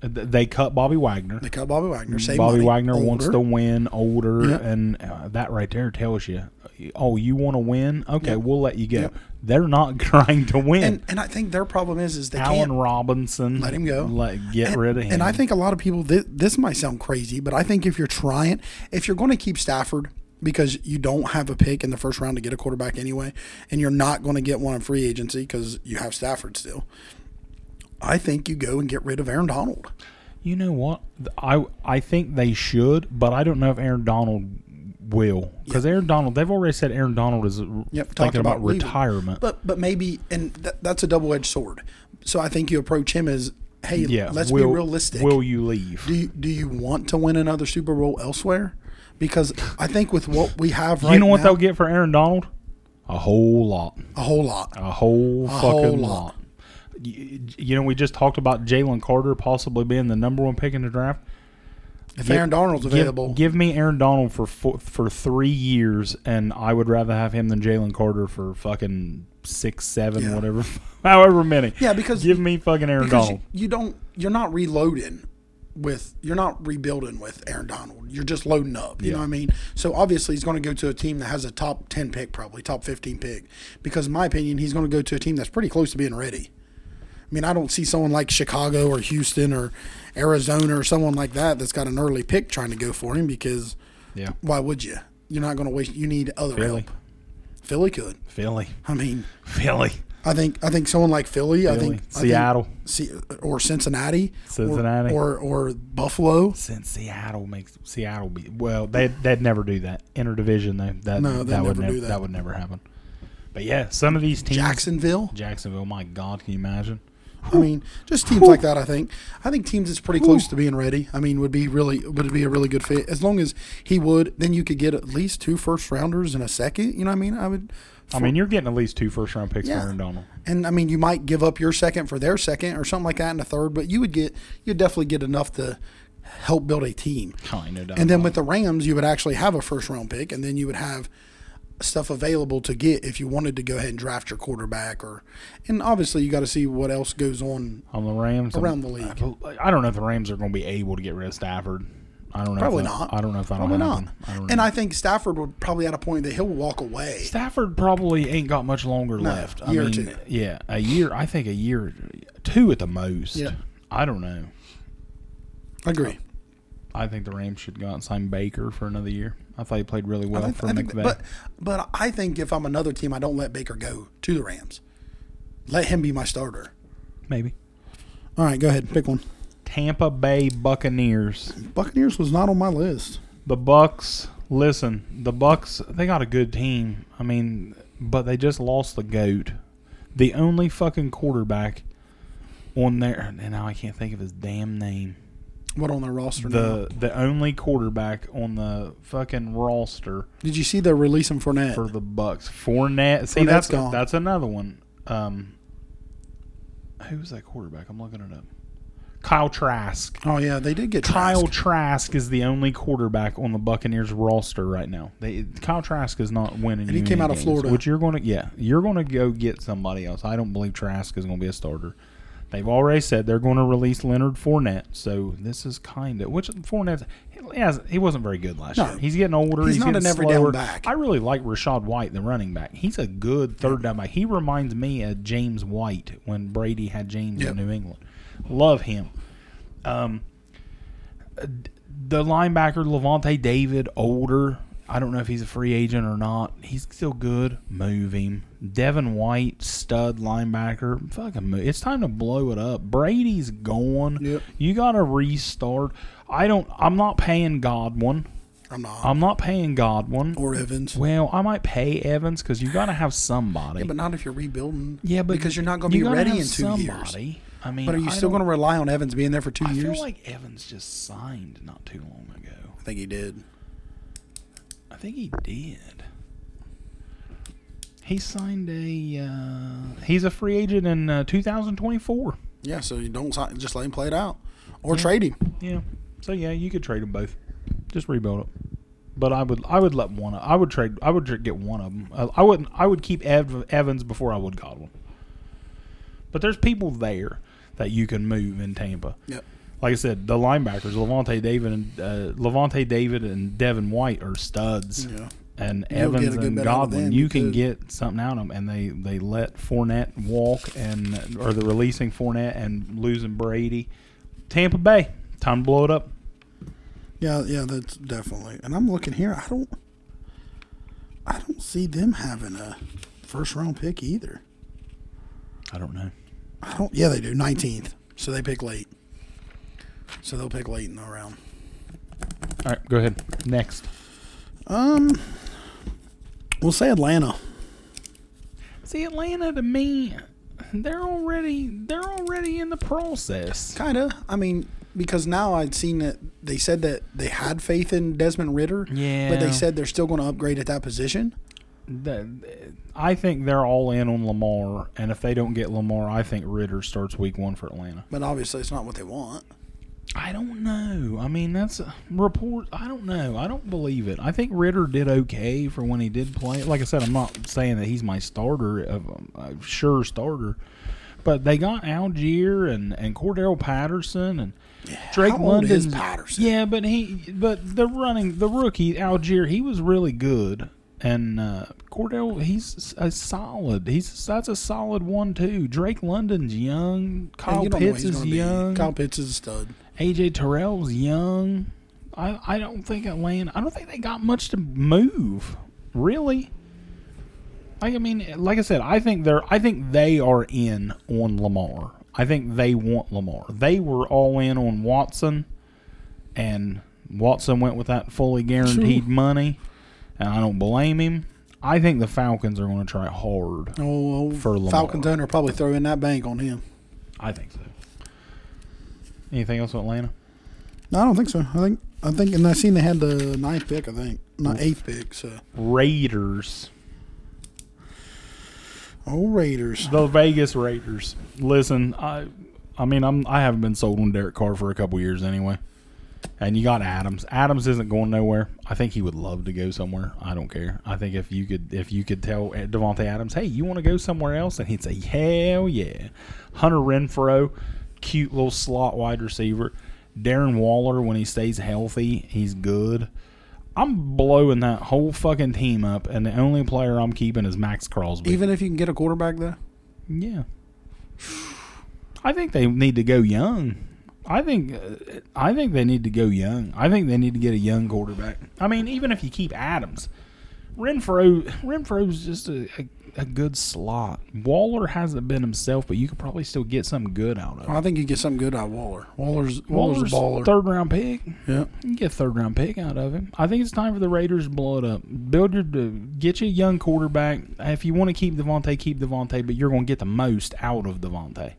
Uh, th- they cut Bobby Wagner. They cut Bobby Wagner. Save Mm, Bobby money. Wagner Older. wants to win older, Yep. and uh, that right there tells you, oh, you want to win? Okay, Yep. we'll let you go. Yep. They're not *laughs* trying to win. And and I think their problem is is they Allen can't Robinson, let him go. Let, get and, rid of him. And I think a lot of people this, this might sound crazy, but I think if you're trying, if you're going to keep Stafford because you don't have a pick in the first round to get a quarterback anyway, and you're not going to get one in free agency because you have Stafford still. I think you go and get rid of Aaron Donald. you know what? I I think they should, but I don't know if Aaron Donald will because Aaron Donald. They've already said Aaron Donald is uh, Yep, talked thinking about, about leaving. retirement. But but maybe and th- that's a double edged sword. So I think you approach him as, hey, yeah, let's will- be realistic. Will you leave? do you, do you want to win another Super Bowl elsewhere? Because I think with what we have right you know what now, they'll get for Aaron Donald? A whole lot. a whole lot. A whole fucking whole lot. lot. You, you know, we just talked about Jalen Carter possibly being the number one pick in the draft. If Give- Aaron Donald's give- available, Give, me Aaron Donald for four, for three years, and I would rather have him than Jalen Carter for fucking six, seven, Yeah. whatever, *laughs* however many. Yeah, because- give me fucking Aaron because Donald. you, you don't, you're not reloading with, you're not rebuilding with Aaron Donald. You're just loading up. You know Yeah. what I mean? So obviously he's going to go to a team that has a top ten pick, probably top fifteen pick. Because in my opinion, he's going to go to a team that's pretty close to being ready. I mean, I don't see someone like Chicago or Houston or Arizona or someone like that that's got an early pick trying to go for him because yeah, why would you? You're not going to waste. You need other Philly. help. Philly could. Philly, I mean, Philly, I think I think someone like Philly, I Philly, think I think- Seattle, C- or Cincinnati, or- Cincinnati. or or, Buffalo. since Seattle makes Seattle be well, they they'd never do that interdivision. They that No, they'd that would never never do that. that would never happen. But yeah, some of these teams, Jacksonville. Jacksonville. My God, can you imagine? I mean, just teams like that. I think. I think teams that's pretty close to being ready. I mean, would be really would be a really good fit as long as he would. Then you could get at least two first rounders and a second. You know what I mean? I would. I mean, you're getting at least two first round picks Yeah. for Aaron Donald. and I mean, you might give up your second for their second or something like that in a third, but you would get you'd definitely get enough to help build a team. I know that. And then with the Rams, you would actually have a first round pick, and then you would have stuff available to get if you wanted to go ahead and draft your quarterback or and obviously you got to see what else goes on on the Rams Around the I'm- league. I, I don't know if the Rams are going to be able to get rid of Stafford. I don't know. probably if that- not I don't know if that'll probably happen. not I don't know. and I think Stafford would probably at a point that he'll walk away Stafford probably ain't got much longer left. I year or mean, two. yeah, a year. I think a year, two at the most. Yeah. I don't know. agree I think the Rams should go out and sign Baker for another year. I thought he played really well I for th- I think- McVay. but but I think if I'm another team I don't let Baker go to the Rams let him be my starter Maybe all right go ahead pick one Tampa Bay Buccaneers. Buccaneers was not on my list The Bucks, listen, the Bucks, they got a good team. I mean, but they just lost the goat. The only fucking quarterback on their and now I can't think of his damn name. what on their roster now? The the only quarterback on the fucking roster Did you see they're releasing Fournette? for the Bucks. Fournette. See, Fournette's that's gone. that's another one. Um who was that quarterback? I'm looking it up. Kyle Trask. oh yeah, they did get Kyle Trask. Trask is the only quarterback on the Buccaneers roster right now. They, Kyle Trask is not winning. And he you any came out of games, Florida. which you're going to yeah, you're going to go get somebody else. I don't believe Trask is going to be a starter. They've already said they're going to release Leonard Fournette, so this is kind of which Fournette he, has, he wasn't very good last No. year. He's getting older. He's He's, not getting an every down slower. back. I really like Rashad White, the running back. He's a good third down back. He reminds me of James White when Brady had James Yep. in New England. Love him the linebacker Levante David, older. I don't know if he's a free agent or not. He's still good. Move him. Devin White, stud linebacker. Fucking move. It's time to blow it up. Brady's gone. Yep. You got to restart. I don't. I'm not paying Godwin. I'm not. I'm not paying Godwin. or Evans. well, I might pay Evans because you got to have somebody. But not if you're rebuilding. Yeah, but because you're not going to you be gotta ready have in two years. somebody. I mean, But are you I still don't- going to rely on Evans being there for two I years? feel like Evans just signed not too long ago. I think he did. I think he did. He signed a. Uh, he's a free agent in uh, 2024. Yeah, so you don't sign, just let him play it out, or trade him. Yeah. So yeah, you could trade them both. Just rebuild it. But I would I would let one. Of, I would trade. I would get one of them. I, I wouldn't. I would keep Ev, Evans before I would Godwin. But there's people there that you can move in Tampa. Yep. like I said, the linebackers Levante David and uh, Levante David and Devin White are studs, Yeah. and You'll get a Evans good and bit out of Godwin. them, You you can could. get something out of them, and they they let Fournette walk, and or they're releasing Fournette and losing Brady. Tampa Bay, time to blow it up. Yeah, yeah, that's definitely. And I'm looking here. I don't, I don't see them having a first round pick either. I don't know. I don't. Yeah, they do 19th, so they pick late. So they'll pick late in the round. All right, go ahead. Next, Um, we'll say Atlanta. see Atlanta to me. They're already they're already in the process. Kinda. I mean, because now I'd seen that they said that they had faith in Desmond Ritter. But Yeah. they said they're still going to upgrade at that position. The- I think they're all in on Lamar, and if they don't get Lamar, I think Ritter starts Week One for Atlanta. But obviously, it's not what they want. I don't know. I mean, that's a report. I don't know. I don't believe it. I think Ritter did okay for when he did play. Like I said, I'm not saying that he's my starter, a, a sure starter, but they got Algier and and Cordell Patterson and Drake How old is London's- Patterson? Yeah, but he but the running the rookie Algier he was really good. And uh, Cordell, he's a solid. He's that's a solid one too. Drake London's young. And Kyle you don't know what Pitts he's is gonna be. young. Kyle Pitts is a stud. AJ Terrell's young. I, I don't think Atlanta. I don't think they got much to move, really. Like I mean, like I said, I think they're. I think they are in on Lamar. I think they want Lamar. They were all in on Watson, and Watson went with that fully guaranteed money, and I don't blame him. I think the Falcons are going to try hard. Oh, oh, For Lamar. Falcons owner probably throw in that bank on him. I think so. Anything else with Atlanta? No, I don't think so. I think I think, and I seen they had the ninth pick. I think not eighth pick. So, Raiders. oh Raiders. The Vegas Raiders. Listen, I, I mean, I'm I haven't been sold on Derek Carr for a couple years anyway. And you got Adams. Adams isn't going nowhere. I think he would love to go somewhere. I don't care. I think if you could if you could tell Devontae Adams, hey, you want to go somewhere else, and he'd say, hell yeah. Hunter Renfro, cute little slot wide receiver. Darren Waller, when he stays healthy, he's good. I'm blowing that whole fucking team up, and the only player I'm keeping is Max Crosby. Even if you can get a quarterback though, Yeah. I think they need to go young. I think uh, I think they need to go young. I think they need to get a young quarterback. I mean, even if you keep Adams, Renfro Renfro's just a, a, a good slot. Waller hasn't been himself, but you could probably still get something good out of him. I think you get something good out of Waller. Waller's Waller's, Waller's a baller. third round pick. yeah, You can get a third round pick out of him. I think it's time for the Raiders to blow it up. Build your get you a young quarterback. If you want to keep Devontae, keep Devontae, but you're going to get the most out of Devontae.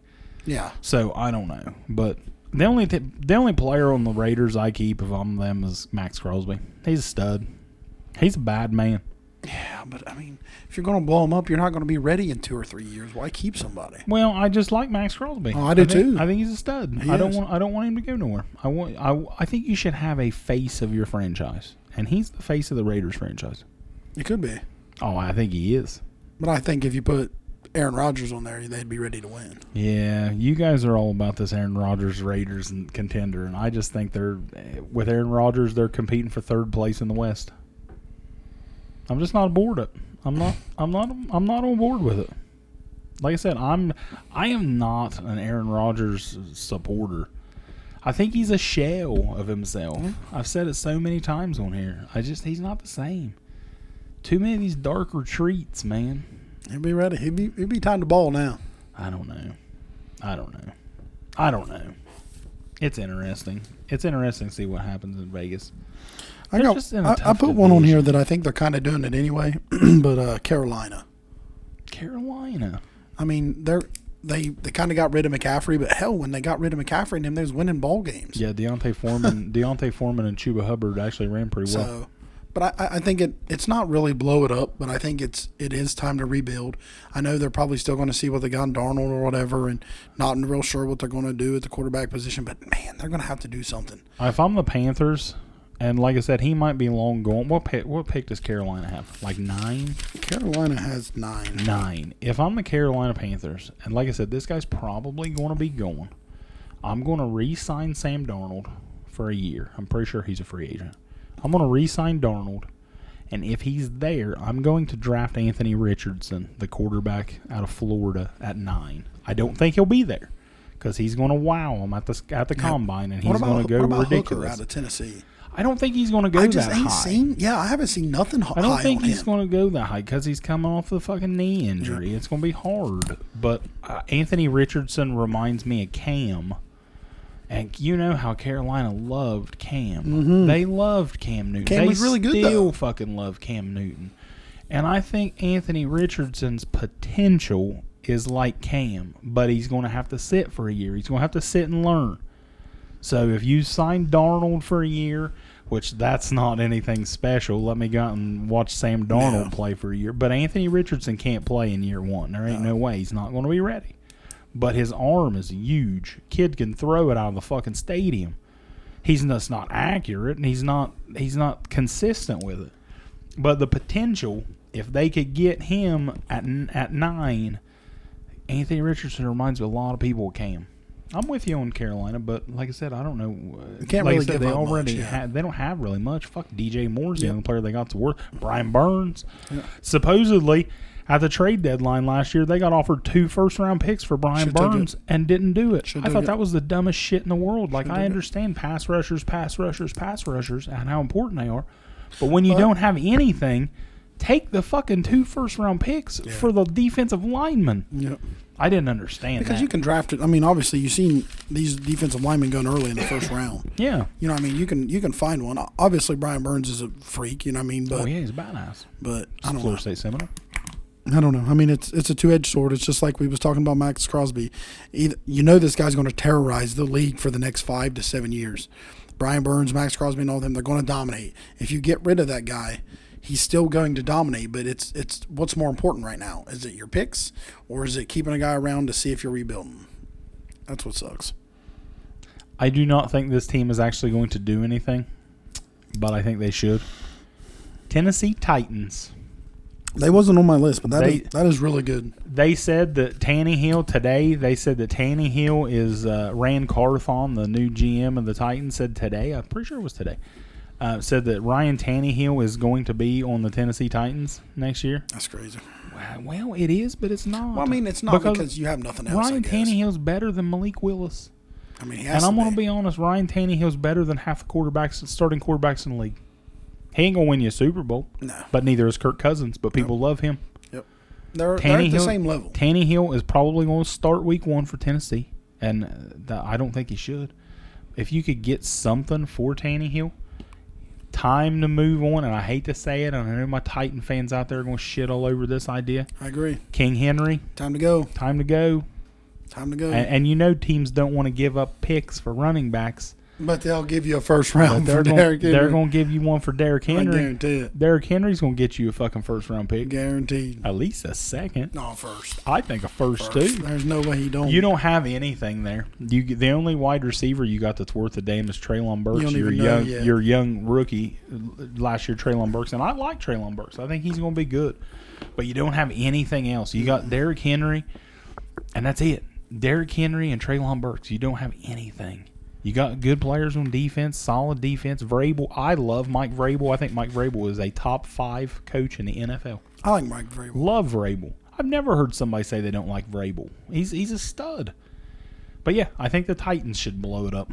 yeah. So I don't know, but the only t- the only player on the Raiders I keep if I'm them is Max Crosby. He's a stud. He's a bad man. Yeah, but I mean, if you're going to blow them up, you're not going to be ready in two or three years. Why keep somebody? Well, I just like Max Crosby. Oh, I do think- too. I think he's a stud. He I don't is. want I don't want him to go nowhere. I want I I think you should have a face of your franchise, and he's the face of the Raiders franchise. It could be, Oh, I think he is. but I think if you put Aaron Rodgers on there, they'd be ready to win. Yeah, you guys are all about this Aaron Rodgers Raiders and contender, and I just think they're with Aaron Rodgers, they're competing for third place in the West. I'm just not aboard it. I'm not. I'm not. I'm not on board with it. Like I said, I'm. I am not an Aaron Rodgers supporter. I think he's a shell of himself. I've said it so many times on here. I just he's not the same. Too many of these dark retreats, man. He'd be ready. He'd be he'd be time to ball now. I don't know. I don't know. I don't know. It's interesting. It's interesting to see what happens in Vegas. I, They're got, just in a I, I tough put one on division. here that I think they're kind of doing it anyway, *clears throat* but uh, Carolina. Carolina. I mean, they're they they kind of got rid of McCaffrey, but hell, when they got rid of McCaffrey and him, they was winning ball games. Yeah, Deontay Foreman, Deontay Foreman, and Chuba Hubbard actually ran pretty well. So, but I- I, I think it it's not really blow it up, but I think it's it is time to rebuild. I know they're probably still going to see what they got in Darnold or whatever, and not real sure what they're going to do at the quarterback position. But man, they're going to have to do something. if I'm the Panthers, and like I said, he might be long gone. What pick? What pick does Carolina have? Like nine, Carolina has nine. nine. If I'm the Carolina Panthers, and like I said, this guy's probably going to be going. I'm going to re-sign Sam Darnold for a year. I'm pretty sure he's a free agent. I'm going to re-sign Darnold, and if he's there, I'm going to draft Anthony Richardson, the quarterback out of Florida, at nine. I don't think he'll be there because he's going to wow him at the at the combine, and he's going to go what about Hooker ridiculous. out of Tennessee? I don't think he's going to go I just that ain't high. seen. Yeah, I haven't seen nothing h- I don't high think on he's him. going to go that high because he's coming off the fucking knee injury. It's going to be hard. But uh, Anthony Richardson reminds me of Cam. And you know how Carolina loved Cam. They loved Cam Newton. Mm-hmm. Cam they was really good, still though. fucking love Cam Newton. And I think Anthony Richardson's potential is like Cam, but he's going to have to sit for a year. He's going to have to sit and learn. So if you sign Darnold for a year, which that's not anything special, let me go out and watch Sam Darnold No. play for a year. But Anthony Richardson can't play in year one. There ain't no, way he's not going to be ready. But his arm is huge. Kid can throw it out of the fucking stadium. He's just not accurate, and he's not he's not consistent with it. But the potential, if they could get him at n- at nine, Anthony Richardson reminds me a lot of people with Cam. I'm with you on Carolina, but like I said, I don't know. uh, can't like really I said, give they up much, already yeah. ha- they don't have really much. Fuck DJ Moore's the only player they got to work. Brian Burns, supposedly at the trade deadline last year, they got offered two first round picks for Brian Should've took it. Burns and didn't do it. Should've I took thought it. that was the dumbest shit in the world. Like took I it. understand pass rushers, pass rushers, pass rushers, and how important they are, but when you don't have anything. Take the fucking two first round picks for the defensive lineman. Yep. I didn't understand Because that. you can draft it. I mean, obviously, you've seen these defensive linemen going early in the first round. yeah. You know, what I mean, you can you can find one. Obviously, Brian Burns is a freak. You know, what I mean, but Oh yeah, he's badass. but I don't know. Florida State Seminole. I don't know. I mean, it's it's a two edged sword. It's just like we was talking about Max Crosby. Either, you know, this guy's going to terrorize the league for the next five to seven years. Brian Burns, Max Crosby, and all them—they're going to dominate. If you get rid of that guy, he's still going to dominate. But it's it's what's more important right now? Is it your picks, or is it keeping a guy around to see if you're rebuilding? That's what sucks. I do not think this team is actually going to do anything, but I think they should. Tennessee Titans. They wasn't on my list, but that They- is- that is really good. They said that Tannehill today. They said that Tannehill is uh, Rand Carthon, the new GM of the Titans, said today. I'm pretty sure it was today. Uh, said that Ryan Tannehill is going to be on the Tennessee Titans next year. That's crazy. Well, it is, but it's not. Well, I mean, it's not because, you have nothing else. I Ryan guess. Tannehill's better than Malik Willis. I mean, he has And I'm to going to be honest, Ryan Tannehill's better than half the quarterbacks, starting quarterbacks in the league. He ain't going to win you a Super Bowl, No. but neither is Kirk Cousins. But people love him. Yep. They're, they're at Tannehill, the same level. Tannehill is probably going to start Week One for Tennessee, and uh, that, I don't think he should. If you could get something for Tannehill, time to move on. And I hate to say it, and I know my Titan fans out there are going to shit all over this idea. I agree. King Henry, Time to go. time to go. Time to go. And, and you know teams don't want to give up picks for running backs. but they'll give you a first But round they're for going Derrick Henry. they're going to give you one for Derrick I Henry. guarantee it. Derrick Henry's going to get you a fucking first round pick, Guaranteed. at least a second. No, first. I think a first, First. too. There's no way he don't. You don't have anything there. You the only wide receiver you got that's worth a damn is Traylon Burks. don't your even know young yet. your young rookie last year, Traylon Burks, and I like Traylon Burks. I think he's going to be good, but you don't have anything else. You got Derrick Henry, and that's it. Derrick Henry and Traylon Burks. You don't have anything. You got good players on defense, solid defense. Vrabel, I love Mike Vrabel. I think Mike Vrabel is a top five coach in the NFL. I like Mike very well. Love Vrabel. I've never heard somebody say they don't like Vrabel. He's he's a stud. But yeah, I think the Titans should blow it up.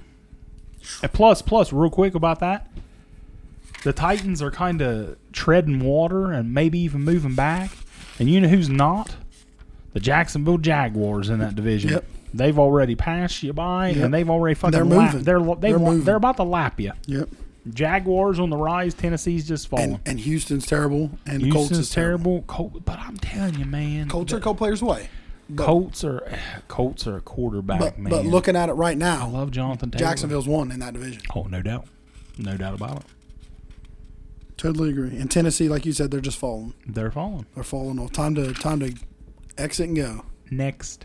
And plus, plus, real quick about that, the Titans are kind of treading water and maybe even moving back. And you know who's not? The Jacksonville Jaguars in that division. Yep. They've already passed you by, Yep. and they've already fucking They're lap- moving. They're lo- they They're wa- moving. they're about to lap you. Yep. Jaguars on the rise. Tennessee's just falling. And, and Houston's terrible. And the Houston's Colts is terrible. terrible. Col- but I'm telling you, man, Colts the- are co players away. But, Colts are Colts are a quarterback, but, Oh, man. but looking at it right I now, love Jonathan Taylor. Jacksonville's won in that division. Oh, no doubt, no doubt about it. Totally agree. And Tennessee, like you said, they're just falling. They're falling They're falling off. Time to time to exit and go. next.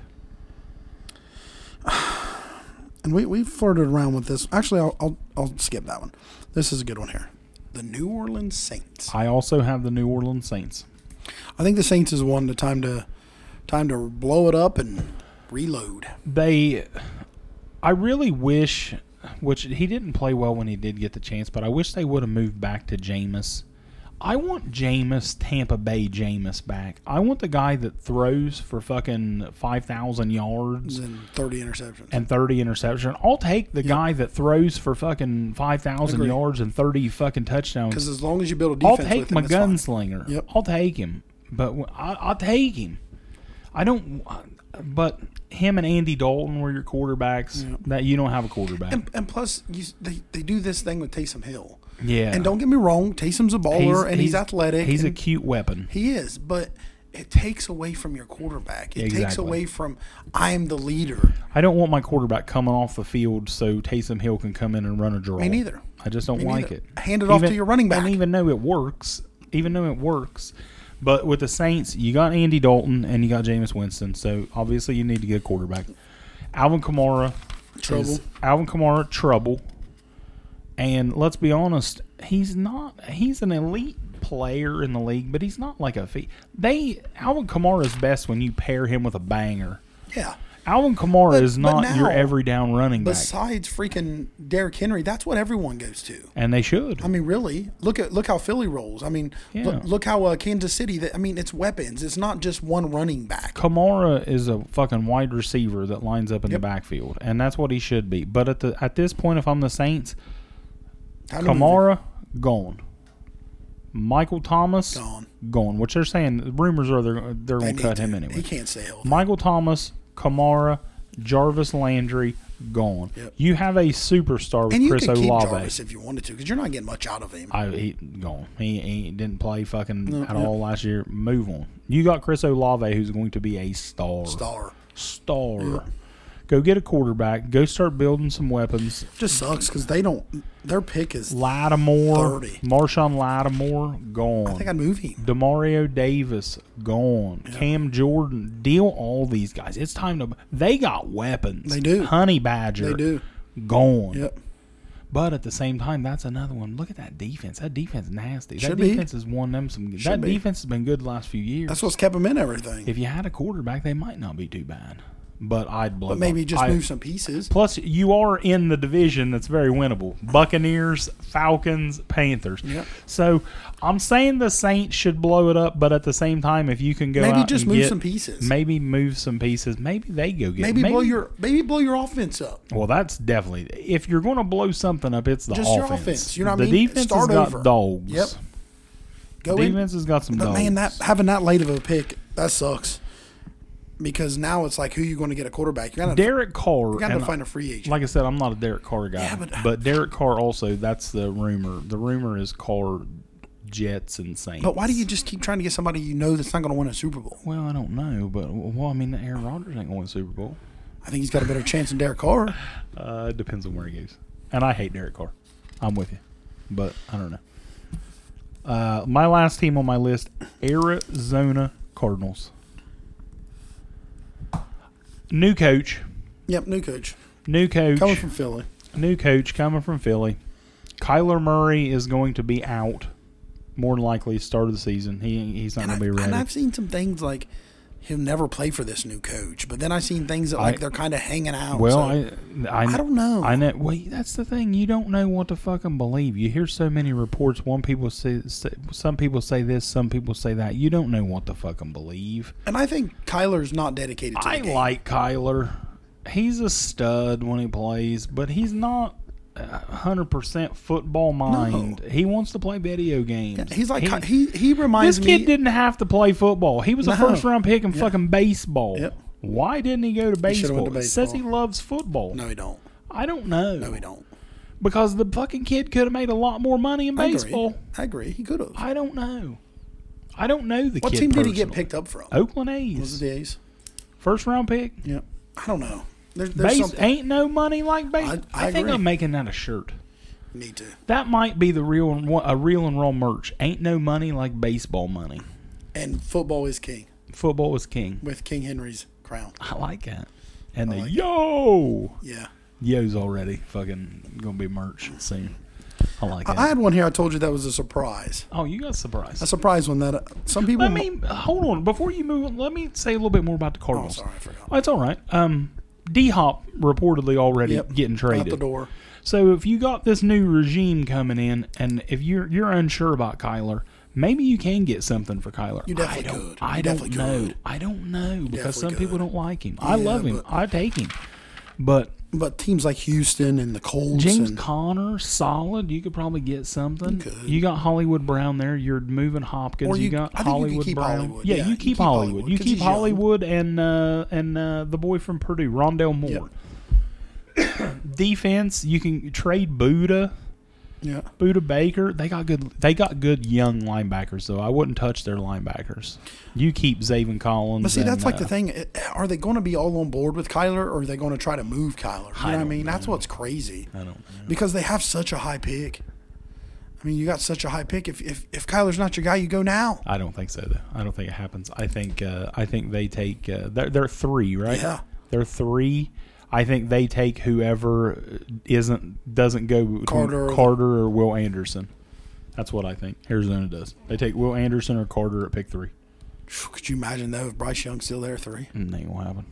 and we, we flirted around with this. Actually, I'll, I'll, I'll skip that one. This is a good one here. The New Orleans Saints. I also have the New Orleans Saints. I think the Saints is one the time to time to blow it up and reload. They, I really wish, which he didn't play well when he did get the chance, but I wish they would have moved back to Jameis. I want Jameis, Tampa Bay Jameis back. I want the guy that throws for fucking 5,000 yards and 30 interceptions. and 30 interception. I'll take the guy that throws for fucking 5,000 Agree. yards and 30 fucking touchdowns. Because as long as you build a I'll defense, take with him, my it's fine. gunslinger. Yep. I'll take him. But w- I, will take him. I don't. But him and Andy Dalton were your quarterbacks. That you don't have a quarterback. And, and plus, you, s- they, they do this thing with Taysom Hill. yeah. And don't get me wrong, Taysom's a baller and he's, athletic. He's a and cute weapon. he is, but it takes away from your quarterback. It takes Exactly. away from I am the leader. I don't want my quarterback coming off the field so Taysom Hill can come in and run a draw. Me neither. I just don't Me like neither. it. Hand it off to your running back. And even though it works, even though it works, but with the Saints, you got Andy Dalton and you got Jameis Winston, so obviously you need to get a quarterback. Alvin Kamara, is- Trouble. Alvin Kamara, trouble. And let's be honest, he's not. He's an elite player in the league, but he's not like a. Fee- they Alvin Kamara is best when you pair him with a banger. Yeah. Alvin Kamara But- is but not your now- every down running back, Besides freaking Derrick Henry, that's what everyone goes to. and they should. I mean, really, look at look how Philly rolls. I mean, Yeah. look, look how uh, Kansas City. That I mean, it's weapons. It's not just one running back. Kamara is a fucking wide receiver that lines up in the backfield, and that's what he should be. But at the at this point, if I'm the Saints, Time to move it. Kamara gone, Michael Thomas Gone. gone. Which they're saying the rumors are they're they're They going need to cut to. him He anyway. can't stay healthy. Michael Thomas, Kamara, Jarvis Landry gone. Yep. You have a superstar with and you Chris could keep Olave. Jarvis if you wanted to, because you're not getting much out of him. I he gone. He, he didn't play fucking at all last year. Move on. You got Chris Olave, who's going to be a star. Star Star. Go get a quarterback. Go start building some weapons. just sucks because they don't. Their pick is. Lattimore, 30. Marshawn Lattimore, gone. I think I'd move him. Demario Davis gone. Cam Jordan, deal all these guys. It's time to. They got weapons. They do. Honey Badger. They do. Gone. Yep. But at the same time, that's another one. Look at that defense. That defense nasty. Should that be. defense has won them some. that be. defense has been good the last few years. That's what's kept him in everything. if you had a quarterback, they might not be too bad. But I'd blow. But maybe up. just I- move some pieces. Plus, you are in the division that's very winnable: Buccaneers, Falcons, Panthers. Yep. So I'm saying the Saints should blow it up, but at the same time, if you can go Maybe out just and move get- some pieces. maybe move some pieces. Maybe they go get. Maybe, blow your maybe blow your offense up. Well, that's definitely if you're going to blow something up, it's the Just your offense. offense, you know what the I mean? defense Start has over. got dogs. Yep. Go in. Defense has got some But dogs. man, that having that late of a pick that sucks. Because now it's like who you going to get a quarterback? You got to Derek Carr. you got to and- uh, find a free agent. Like I said, I'm not a Derek Carr guy, Yeah, but, but- Derek Carr also. That's the rumor. The rumor is Carr, Jets, and Saints. but why do you just keep trying to get somebody you know that's not going to win a Super Bowl? Well, I don't know, but well, I mean, Aaron Rodgers ain't going to win the Super Bowl. I think he's got a better chance than Derek Carr. Uh, it depends on where he goes. And I hate Derek Carr. I'm with you, but I don't know. Uh, my last team on my list: Arizona Cardinals. New coach, Yep, new coach new coach, coming from Philly. new coach coming from Philly. Kyler Murray is going to be out more than likely start of the season. He he's not going to be And ready. I've seen some things like he'll never play for this new coach, but then I've seen things that like I- they're kind of hanging out. Well, Oh, so- I, I I don't know. I know. Well, that's the thing. You don't know what to fucking believe. You hear so many reports. One people say, say some people say this, some people say that. You don't know what to fucking believe. and I think Kyler's not dedicated to I the game. like Kyler. He's a stud when he plays, but he's not hundred percent football mind. He wants to play video games. He's like He- Ky- he he, reminds this kid me. didn't have to play football. He was a No. first round pick in fucking baseball. Yep. Why didn't he go to should've baseball? went to It says he baseball. loves football. no, he don't. I don't know. No, he don't. Because the fucking kid could have made a lot more money in I baseball. agree. I agree. He could have. I don't know. I don't know the What kid team did he get personally. picked up from? Oakland Was A's. it the A's? First round pick. Yep. I don't know. There's, there's Base something. ain't no money like base. I, I- I think agree. I'm making that a shirt. Need to. That might be the real and wa- a real and raw merch. Ain't no money like baseball money. And football is king Football is king. with King Henry's crown. I like that. And the like it. yo Yeah. yo's already fucking gonna be merch soon. I like that. I, I had one here. I told you that was a surprise. oh, you got surprised. A surprise one that uh, some people. Let me hold on before you move. on, Let me say a little bit more about the Oh, Cardinals. sorry, I forgot. Oh, it's all right. Um, D Hop reportedly already Yep. getting Out the traded. door. So if you got this new regime coming in, and if you're you're unsure about Kyler, maybe you can get something for Kyler. You definitely I don't, could. I You don't definitely know. could. I don't know because definitely some people could. don't like him. I Yeah, love him. but- I take him, but But teams like Houston and the Colts James and Connor, solid. You could probably get something. You You, could. got Hollywood Brown there. You're moving Hopkins. Or you, you- got I think you could Hollywood keep Brown. Hollywood. Yeah, Yeah, you keep Hollywood. You 'cause keep he's young. Hollywood and uh, and uh, the boy from Purdue, Rondell Moore. Defense, you can trade Buddha, yeah. Buddha Baker. They got good. They got good young linebackers though. I wouldn't touch their linebackers. You keep Zaven Collins. But see, and, that's like the uh, thing. It- Are they going to be all on board with Kyler, or are they going to try to move Kyler? You know what I don't mean? That's what's crazy. I don't. know. Because they have such a high pick. I mean, you got such a high pick. If if, if Kyler's not your guy, you go now. I don't think so. Though I don't think it happens. I think uh, I think they take uh, they're, they're three, right? Yeah. they're three. I think they take whoever isn't doesn't go between Carter or- Carter or Will Anderson. That's what I think Arizona does. They take Will Anderson or Carter at pick three. Phew, Could you imagine though if Bryce Young's still there at three? And Mm, ain't gonna happen.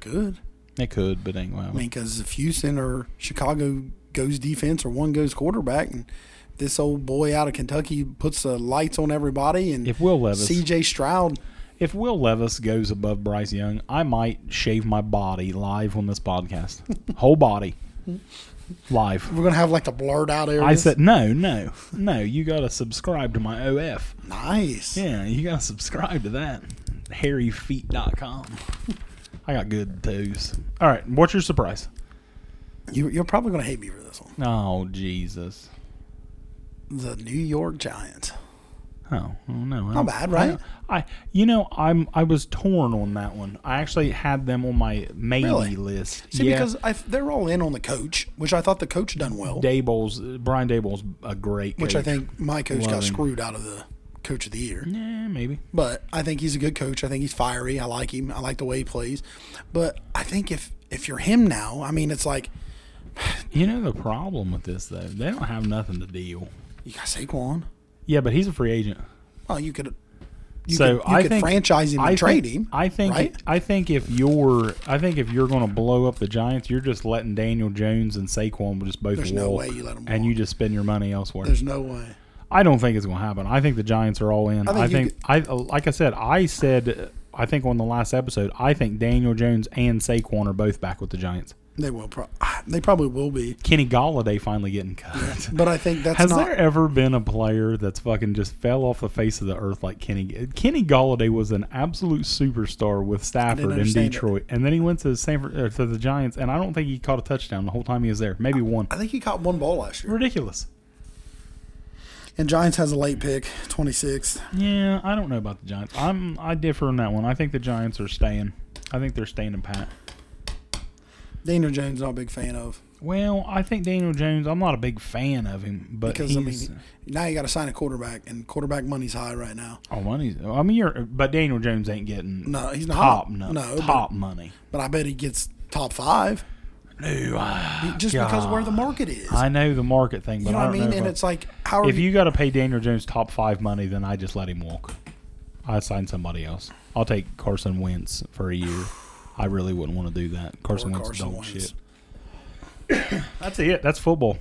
Good. It could, but ain't gonna I happen. mean, because if Houston or Chicago goes defense or one goes quarterback, and this old boy out of Kentucky puts the lights on everybody, and If Will Levis, C.J. Stroud, if Will Levis goes above Bryce Young, I might shave my body live on this *laughs* podcast. Whole body, live. we're gonna have like the blurred out areas. I said, no, no, no. You got to subscribe to my OF. nice. Yeah, you got to subscribe to that. HairyFeet.com. I got good toes. All right, what's your surprise? You, you're probably gonna hate me for this one. Oh, Jesus. The New York Giants. Oh, oh no. I Not don't- bad, right? I, I- you know, I'm I was torn on that one. I actually had them on my maybe Really? list. See, yeah, because I, they're all in on the coach, which I thought the coach done well, Dable's Brian Dable's a great which I coach. think my coach Love got him. screwed out of the coach of the year. Yeah, maybe. But I think he's a good coach. I think he's fiery. I like him. I like the way he plays. But I think if if you're him now, I mean, it's like You know the problem with this though, they don't have nothing to deal. you got Saquon. Yeah, but he's a free agent. Oh, you could. You so could, you I could think franchise him and I trade think, him. I think right? I think if you're I think if you're going to blow up the Giants, you're just letting Daniel Jones and Saquon just both There's walk, no way you let 'em and walk. you just spend your money elsewhere. There's no way. I don't think it's going to happen. I think the Giants are all in. I think I you think, I like I said I said uh, I think on the last episode I think Daniel Jones and Saquon are both back with the Giants. They will. Pro- they probably will be. Kenny Galladay finally getting *laughs* cut. *laughs* But I think that's Has not. there ever been a player that's fucking just fell off the face of the earth like Kenny? Kenny Galladay was an absolute superstar with Stafford in understand it. Detroit, and then he went to Sanford or to the Giants, and I don't think he caught a touchdown the whole time he was there. Maybe one. I think he caught one ball last year. Ridiculous. And Giants has a late pick, 26th. Yeah, I don't know about the Giants. I'm I differ on that one. I think the Giants are staying. I think they're staying in pat. Daniel Jones, not a big fan of Well, I think Daniel Jones. I'm not a big fan of him, but because I he's. uh, mean now you got to sign a quarterback, and quarterback money's high right now. oh, money's. I mean, you're. But Daniel Jones ain't getting No, he's not top no, No, but- top money. But, I bet he gets top five No, uh, I- just because where the market is. I know the market thing, but you know I what I don't mean? know if, and I- it's like how are if you, you got to pay Daniel Jones top five money, then I just let him walk. I sign somebody else. I'll take Carson Wentz for a year. I really wouldn't want to do that. Carson Wentz is Carson dog Wentz. shit. *coughs* That's it. That's football.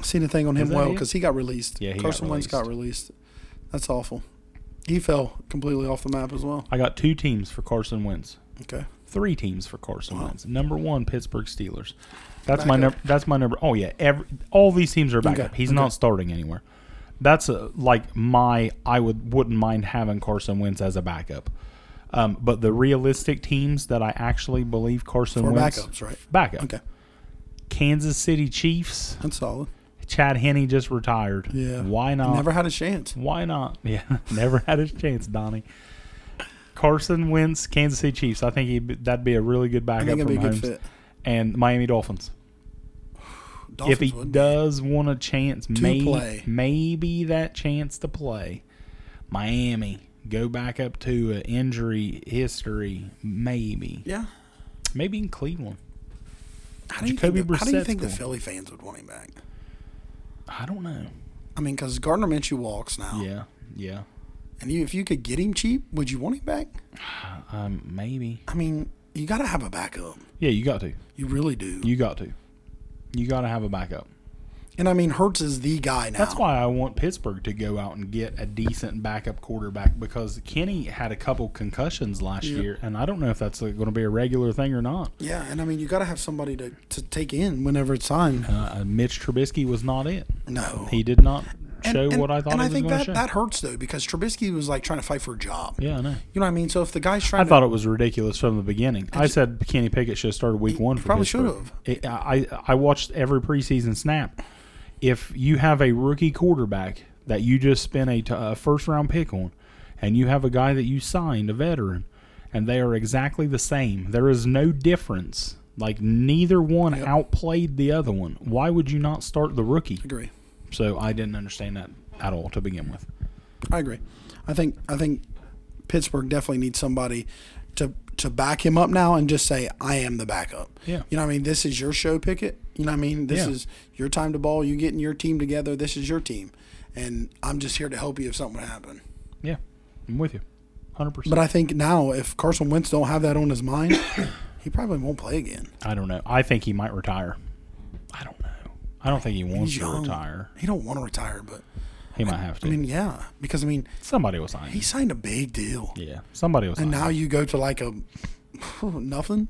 seen a thing on Is him that well it? because he got released. Yeah, he got Carson Wentz got released. That's awful. He fell completely off the map as well. I got two teams for Carson Wentz. Okay, Three teams for Carson Wow. Wentz. Number one, Pittsburgh Steelers. That's Back my up. number. That's my number. Oh yeah, every all these teams are back Okay, up. He's okay. not starting anywhere. That's a, like my. I would wouldn't mind having Carson Wentz as a backup. Um, but the realistic teams that I actually believe Carson four Wentz backups, right? backup. Okay, Kansas City Chiefs. that's solid. Chad Henney just retired. Yeah, Why not? Never had a chance. Why not? Yeah, *laughs* never had his chance, Donnie. Carson Wentz, Kansas City Chiefs. I think he'd, that'd be a really good I backup think it'd for be a good Mahomes. fit. And Miami Dolphins. if Dolphins he would. does want a chance, maybe play. maybe that chance to play. Miami, go back up to an injury history. Maybe, yeah. maybe in Cleveland. How do you Jacoby think, the, how do you Brissett's think the cool. Philly fans would want him back? I don't know. I mean, because Gardner Minshew walks now, Yeah, yeah. and you, if you could get him cheap, would you want him back? Um, maybe. I mean, you got to have a backup. Yeah, you got to. You really do. You got to. You got to have a backup. and I mean, Hertz is the guy now. That's why I want Pittsburgh to go out and get a decent backup quarterback because Kenny had a couple concussions last Yeah. year, and I don't know if that's going to be a regular thing or not. Yeah, and I mean, you got to have somebody to, to take in whenever it's time. Uh, Mitch Trubisky was not it. No. He did not And- show and- what I thought And he I was think going that, to show. that hurts, though, because Trubisky was like trying to fight for a job. yeah, I know. You know what I mean? So if the guy's trying I to. thought it was ridiculous from the beginning. I said Kenny Pickett should have started week one. For probably Pittsburgh. should've. It- I I watched every preseason snap. If you have a rookie quarterback that you just spent a, t- a first round pick on, and you have a guy that you signed a veteran, and they are exactly the same, there is no difference. Like neither one Yep. outplayed the other one. Why would you not start the rookie? agree. So I didn't understand that at all to begin with. I agree. I think I think Pittsburgh definitely needs somebody to to back him up now and just say I am the backup. Yeah. You know what I mean? This is your show, Pickett. You know what I mean? This Yeah. is your time to ball. You getting your team together. This is your team, and I'm just here to help you if something would happen. Yeah, I'm with you, hundred percent. But I think now if Carson Wentz don't have that on his mind, *coughs* he probably won't play again. I don't know. I think he might retire. I don't know. I don't think he wants He's to young. retire. He don't want to retire, but He might have to. I mean, yeah, because I mean, somebody will sign he him. signed a big deal. Yeah, somebody will sign And him. now you go to like a nothing.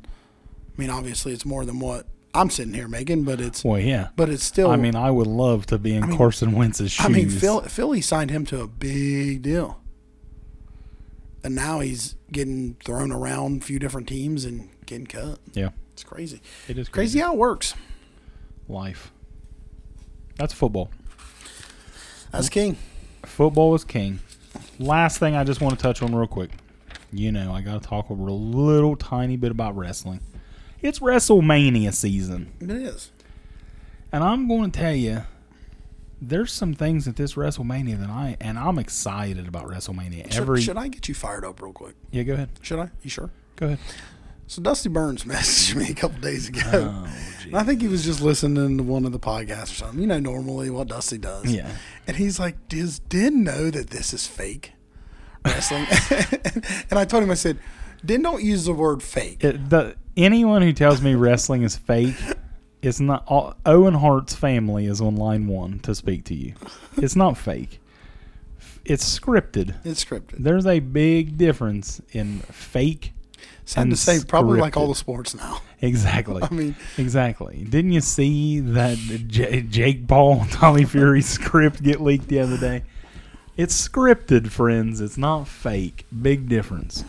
I mean, obviously it's more than what I'm sitting here making, but it's Well, yeah. but it's still. I mean, I would love to be in Carson Wentz's shoes. I mean, Phil, Philly signed him to a big deal, and now he's getting thrown around a few different teams and getting cut. Yeah, It's crazy. it is Crazy crazy. how it works. Life. That's football. That's king. Football is king. Last thing I just want to touch on real quick. You know, I got to talk a real- little tiny bit about wrestling. It's WrestleMania season. It is. And I'm going to tell you, there's some things at this WrestleMania that I and I'm excited about WrestleMania. Should, Every should I get you fired up real quick? yeah, go ahead, Should I? You sure? go ahead. So Dusty Burns *laughs* messaged me a couple days ago. gee. And I think he was just listening to one of the podcasts or something. You know, normally what Dusty does. Yeah. And he's like, "Does Den know that this is fake wrestling?" *laughs* and I told him, I said, "Den, don't use the word fake." It, the anyone who tells me wrestling is fake, it's not. all- Owen Hart's family is on line one to speak to you. It's not fake. It's scripted. It's scripted. There's a big difference in fake. Sad to say, probably like all unscripted. the sports now. *laughs* Exactly. I mean- exactly. Didn't you see that J- Jake Paul and Tommy Fury *laughs* script get leaked the other day? It's scripted, friends. It's not fake. Big difference.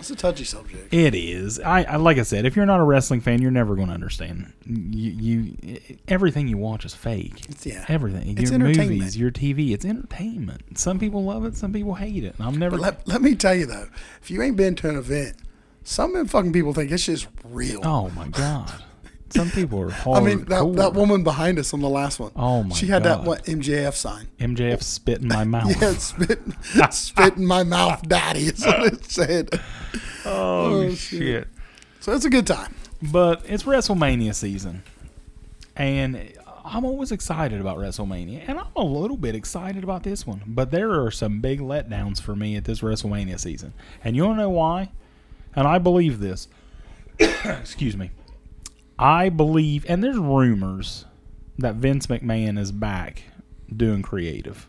It's a touchy subject. It is. I, I like I said, if you're not a wrestling fan, you're never going to understand. You, you everything you watch is fake. It's- yeah. Everything. It's your entertainment. movies, your TV, it's entertainment. Some people love it, some people hate it. And I'm never But let, let me tell you though, if you ain't been to an event, some of them fucking people think it's just real. Oh my *laughs* god. Some people are hard. I mean, that, that woman behind us on the last one. Oh, my She had God. Oh. that what MJF sign. MJF spit in my mouth. *laughs* Yeah, spit, spit in my mouth, daddy. Is what it said. Oh, Oh, shit. shit. So it's a good time. But it's WrestleMania season. And I'm always excited about WrestleMania. And I'm a little bit excited about this one. But there are some big letdowns for me at this WrestleMania season. And you want to know why? And I believe this. *coughs* Excuse me. I believe, and there's rumors that Vince McMahon is back doing creative.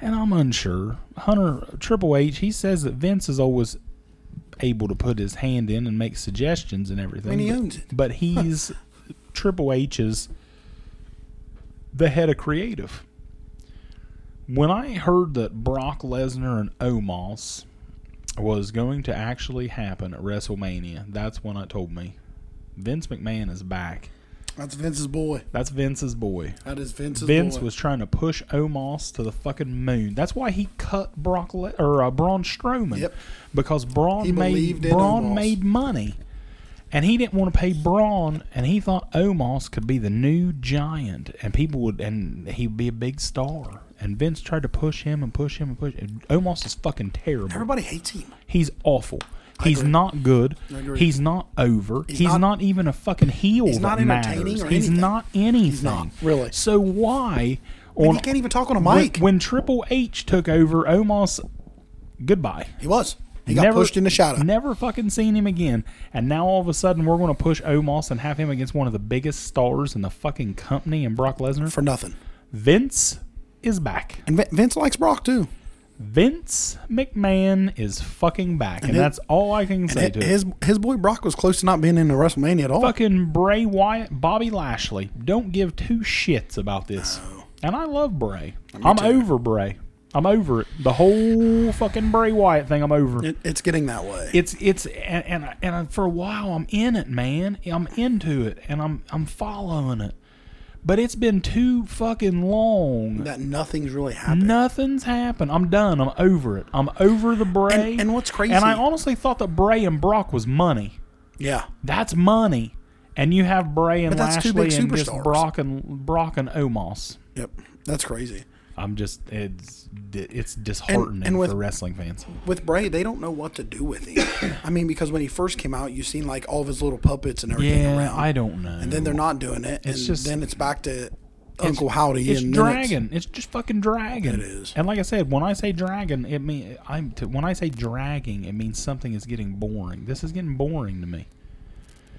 And I'm unsure. Hunter, Triple H, he says that Vince is always able to put his hand in and make suggestions and everything. mean, he but- owns it. *laughs* But he's Triple H is the head of creative. When I heard that Brock Lesnar and Omos was going to actually happen at WrestleMania, that's when it told me Vince McMahon is back. That's Vince's boy. That's Vince's boy. That is Vince's Vince boy. was trying to push Omos to the fucking moon. That's why he cut Brock Le- or uh, Braun Strowman. Yep. Because Braun He made believed in Braun Omos. made money, and he didn't want to pay Braun, and he thought Omos could be the new giant, and people would, and he'd be a big star. And Vince tried to push him and push him and push. And Omos is fucking terrible. Everybody hates him. He's awful. He's agree. not good. I agree. He's not over. He's, not, not- even a fucking heel. He's that not entertaining matters. or He's anything. not anything. He's not, really. So why And on he can't even talk on a when, mic. when Triple H took over Omos? Goodbye. he was. He got pushed in the shadow. Never fucking seen him again. And now all of a sudden we're going to push Omos and have him against one of the biggest stars in the fucking company and Brock Lesnar. for nothing. Vince is back. And Vin- Vince likes Brock too. Vince McMahon is fucking back. And, it- that's all I can say And to it. his his boy Brock was close to not being in the WrestleMania at all. fucking Bray Wyatt, Bobby Lashley. Don't give two shits about this. And I love Bray. I'm Oh. too. over Bray. I'm over it. The whole fucking Bray Wyatt thing. I'm over. It, it's getting that way. it's it's and and, I, and I, for a while I'm in it, man. I'm into it, and I'm I'm following it. But it's been too fucking long. that nothing's really happened. Nothing's happened. I'm done. I'm over it. I'm over the Bray. And- and what's And I crazy- honestly thought that Bray and Brock was money. Yeah. That's money. And you have Bray and But that's two Lashley big and just superstars. Brock and Brock and Omos. Yep. That's crazy. I'm just it's it's disheartening and with- for wrestling fans. With Bray, they don't know what to do with him. *coughs* I mean, because when he first came out, you seen like all of his little puppets and everything Yeah, around. I don't know. And then they're not doing it. It's and just- then it's back to Uncle Howdy It's and then it's- dragon. It's, just fucking dragon. It is. And like I said, when I say dragon, it mean I'm to, when I say dragging, it means something is getting boring. This is getting boring to me.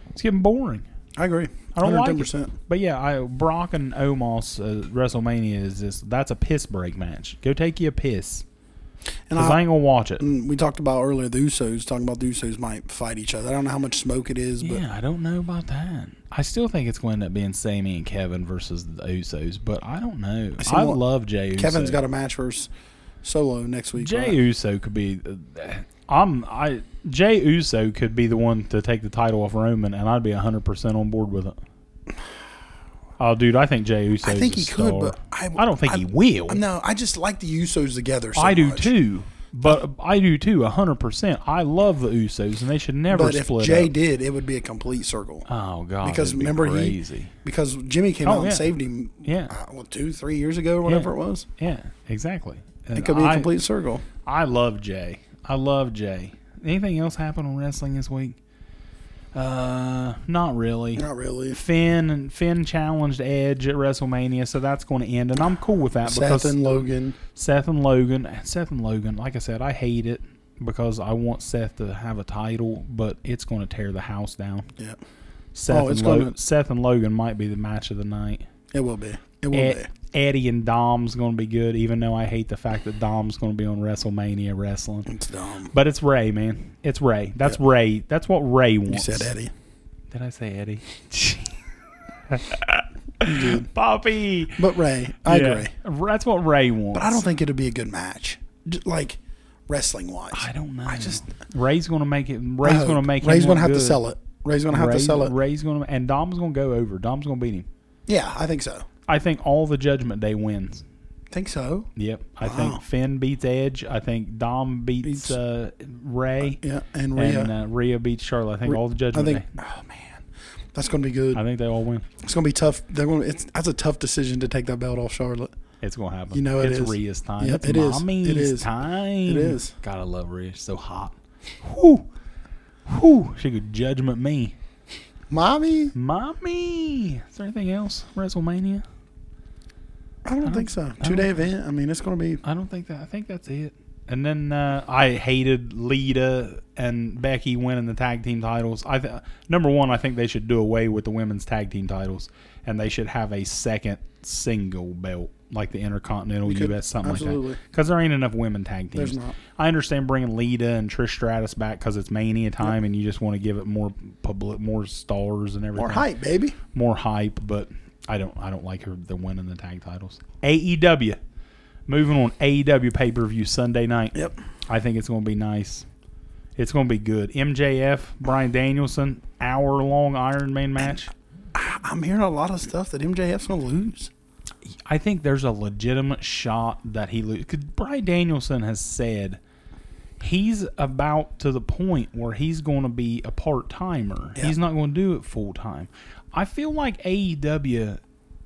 It's getting boring. I agree. I don't like it. 110%. But yeah, I, Brock and Omos uh, WrestleMania is just that's a piss break match. Go take you a piss. And 'Cause I I, ain't gonna watch it. and we talked about earlier the Usos talking about the Usos might fight each other. I don't know how much smoke it is, but Yeah, I don't know about that. I still think it's going to end up being Sammy and Kevin versus the Usos, but I don't know. see I what- love Jey Uso. Kevin's got a match versus Solo next week. Jey right? Uso could be. I'm I Jey Uso could be the one to take the title off Roman, and I'd be hundred percent on board with it. Oh, dude, I think Jey Uso. I think he could, but I, I, don't think he will. No, I just like the Usos together. So I do much. too. But I do too, hundred percent. I love the Usos, and they should never But if split Jay up. did, it would be a complete circle. Oh God! because it'd be remember crazy. he because Jimmy came Oh, out yeah. and saved him. Yeah. uh, what, two three years ago or whatever it was. Yeah, exactly. It could be a complete circle. I love Jay. I love Jay. Anything else happen on wrestling this week? Uh, not really. Not really. Finn and Finn challenged Edge at WrestleMania, so that's going to end, and I'm cool with that because Seth and Logan. Seth and Logan, Seth and Logan. Like I said, I hate it because I want Seth to have a title, but it's going to tear the house down. Yeah, Seth, Oh, it's and, Lo- gonna- Seth and Logan might be the match of the night. it will be. It will be. Ed- Eddie and Dom's going to be good, even though I hate the fact that Dom's going to be on WrestleMania wrestling. It's dumb. But it's Ray, man. It's Ray. That's Ray. That's what Ray You wants. said Eddie. Did I say Eddie? *laughs* *laughs* Poppy. But Ray, I Yeah. agree. That's what Ray wants. But I don't think it'd be a good match, J- like wrestling wise. I don't know. I just Ray's gonna make it. I Ray's gonna hope. make. Ray's him look gonna have to good. sell it. Ray's gonna have to Ray's- sell it. Ray's gonna and Dom's gonna go over. Dom's gonna beat him. Yeah, I think so. I think all the Judgment Day wins. Think so. Yep. I Wow. think Finn beats Edge. I think Dom beats, Beats- uh, Ray. Yeah, and Rhea. and uh, Rhea beats Charlotte. I think all the I Judgment think. Day. Oh man, that's gonna be good. I think they all win. It's gonna be tough. They're gonna. It's that's a tough decision to take that belt off Charlotte. It's gonna happen. You know it it's is. Rhea's time. Yep, it's it is. It mommy's is. time. It is. Gotta love Rhea. She's so hot. Whoo, whoo. She could judgment me. Mommy, Mommy. Is there anything else? WrestleMania. I don't think so. Two day event. I mean, it's gonna be. I don't think that. I think that's it. And then uh, I hated Lita and Becky winning the tag team titles. I th- number one, I think they should do away with the women's tag team titles, and they should have a second single belt like the Intercontinental could- U.S. something absolutely. like that. Because there ain't enough women tag teams. There's not. I understand bringing Lita and Trish Stratus back because it's Mania time, and you just want to give it more public, more stars and everything More hype, baby. more hype, but I don't I don't like her the winning the tag titles. AEW. Moving on AEW pay per view Sunday night. Yep. I think it's gonna be nice. It's gonna be good. MJF, Brian Danielson, hour long Iron Man match. I'm hearing a lot of stuff that MJF's gonna lose. I think there's a legitimate shot that he loses. Brian Danielson has said he's about to the point where he's going to be a part timer. Yeah. He's not going to do it full time. I feel like AEW,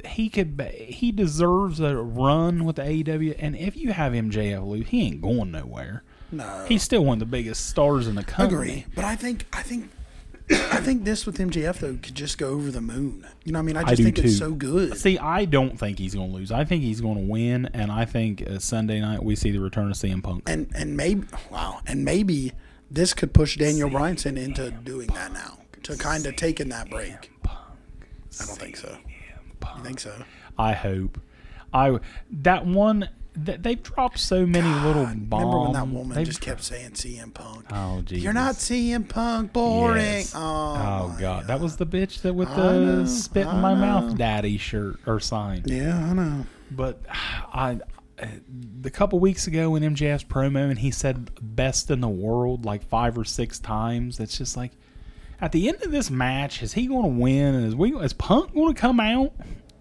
he could be, he deserves a run with the AEW. And if you have MJF lose, he ain't going nowhere. No, He's still one of the biggest stars in the country. agree. But I think I think *clears throat* I think this with MJF though could just go over the moon. You know, what I mean, I just do think too. it's so good. See, I don't think he's going to lose. I think he's going to win, and I think uh, Sunday night we see the return of CM Punk. and and maybe wow, and maybe this could push Daniel Bryanson into doing that now, to kind of taking that break. I don't think so. You think so? I hope. I that one that they've dropped so many little God, bombs. Remember when that woman They've just dro- kept saying CM Punk? Oh, You're not Jesus. CM Punk. Boring. Yes. Oh, Oh, my God, that was the bitch that with I the know, spit in I my know. mouth daddy shirt or sign. Yeah, I know. But I, eh, the couple weeks ago in MJF's promo, and he said best in the world like five or six times. It's just like, at the end of this match, is he going to win? And is we is Punk going to come out?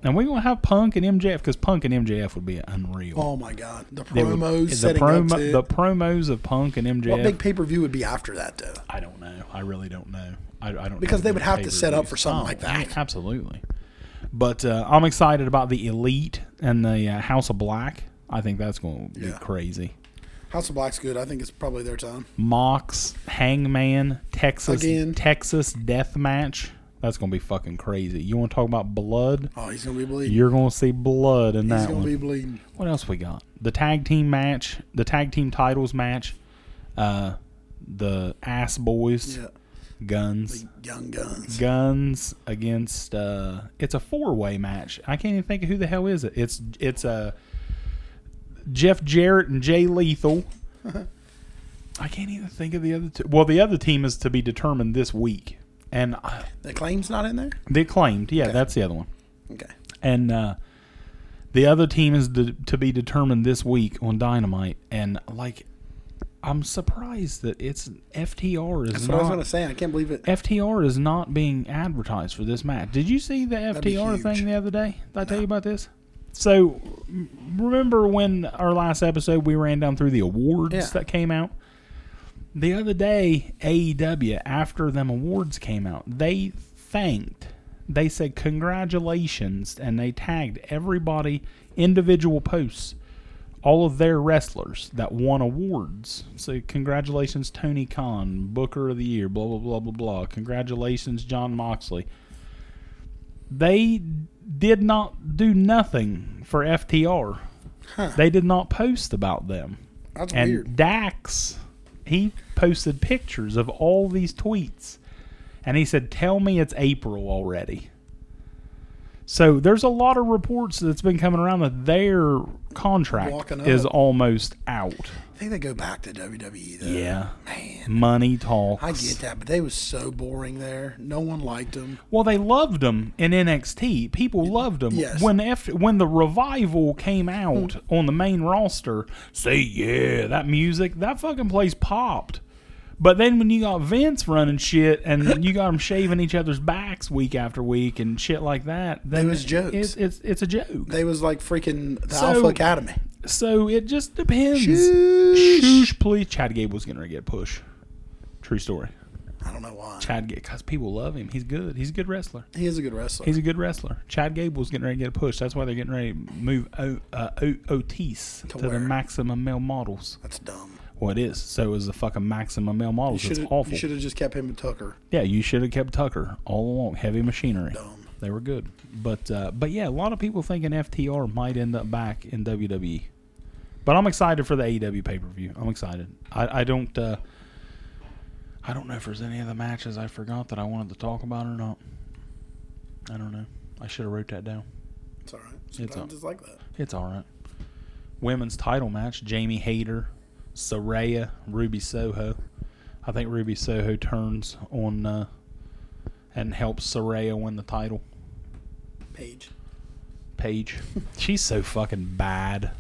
And we going to have Punk and MJF because Punk and MJF would be unreal. Oh my God, the They would- promos the setting promo, up to the it. promos of Punk and MJF. What big pay per view would be after that though? I don't know. I really don't know. I, I don't Because know they the would have to set up for pay-per-views. Oh, something like that. yeah, Absolutely. But uh, I'm excited about the Elite and the uh, House of Black. I think that's going to be Yeah. crazy. House of Black's good. I think it's probably their time. Mox, Hangman, Texas, Again. Texas Death Match. That's going to be fucking crazy. You want to talk about blood? Oh, he's gonna be bleeding. You're going to see blood in he's that gonna one. be bleeding. What else we got? The tag team match, the tag team titles match, uh, the ass boys, Yeah, guns. young guns. Guns against uh it's a four way match. I can't even think of who the hell is it. It's it's uh, Jeff Jarrett and Jay *laughs* Lethal. I can't even think of the other two. Well, the other team is to be determined this week. And uh, The claim's not in there. they claimed, yeah, Okay. that's the other one. Okay. And uh the other team is de- to be determined this week on Dynamite and like I'm surprised that it's FTR is That's not what I was gonna say. I can't believe it. FTR is not being advertised for this match. Did you see the be FTR huge. thing the other day? Did I tell you about this? So, m- remember when our last episode we ran down through the awards Yeah. that came out? The other day, AEW, after them awards came out, they thanked, they said congratulations, and they tagged everybody, individual posts, all of their wrestlers that won awards. So, congratulations, Tony Khan, Booker of the Year, blah, blah, blah, blah, blah. Congratulations, John Moxley. They did not do nothing for FTR. Huh. They did not post about them. That's and weird. Dax, he posted pictures of all these tweets. And he said, Tell me it's April already. So there's a lot of reports that's been coming around that their contract Walking up. is almost out. I think they go back to WWE though. Yeah. Man, Money talks. I get that, but they was so boring there. No one liked them. Well, they loved him in NXT. People loved him yes. Hmm. when after, when the revival came out on the main roster. Say yeah, that music, that fucking place popped. But then when you got Vince running shit *laughs* and you got them shaving each other's backs week after week and shit like that, then was jokes. It's it's, it's a joke. They was like freaking the So- Alpha Academy. So it just depends. Shush. Shush, please. Chad Gable's gonna get a push. True story. I don't know why. Chad Gable, because people love him. He's good. He's a good wrestler. He is a good wrestler. He's a good wrestler. Chad Gable's getting ready to get a push. That's why they're getting ready to move o, uh, o, Otis to, the where? maximum male models. That's dumb. Well, it is. So is the fucking maximum male models. It's Should awful. you should have just kept him and Tucker. yeah, you should have kept Tucker all along. Heavy machinery. Dumb. They were good. But uh, but yeah, a lot of people thinking FTR might end up back in WWE. But I'm excited for the AEW pay per view. I'm excited. I, I don't uh, I don't know if there's any of the matches I forgot that I wanted to talk about or not. I don't know. I should have wrote that down. It's all right. Sometimes all- it's, like that. It's all right. Women's title match: Jamie Hayter, Soraya, Ruby Soho. I think Ruby Soho turns on uh, and helps Soraya win the title. Page. Paige, *laughs* she's so fucking bad.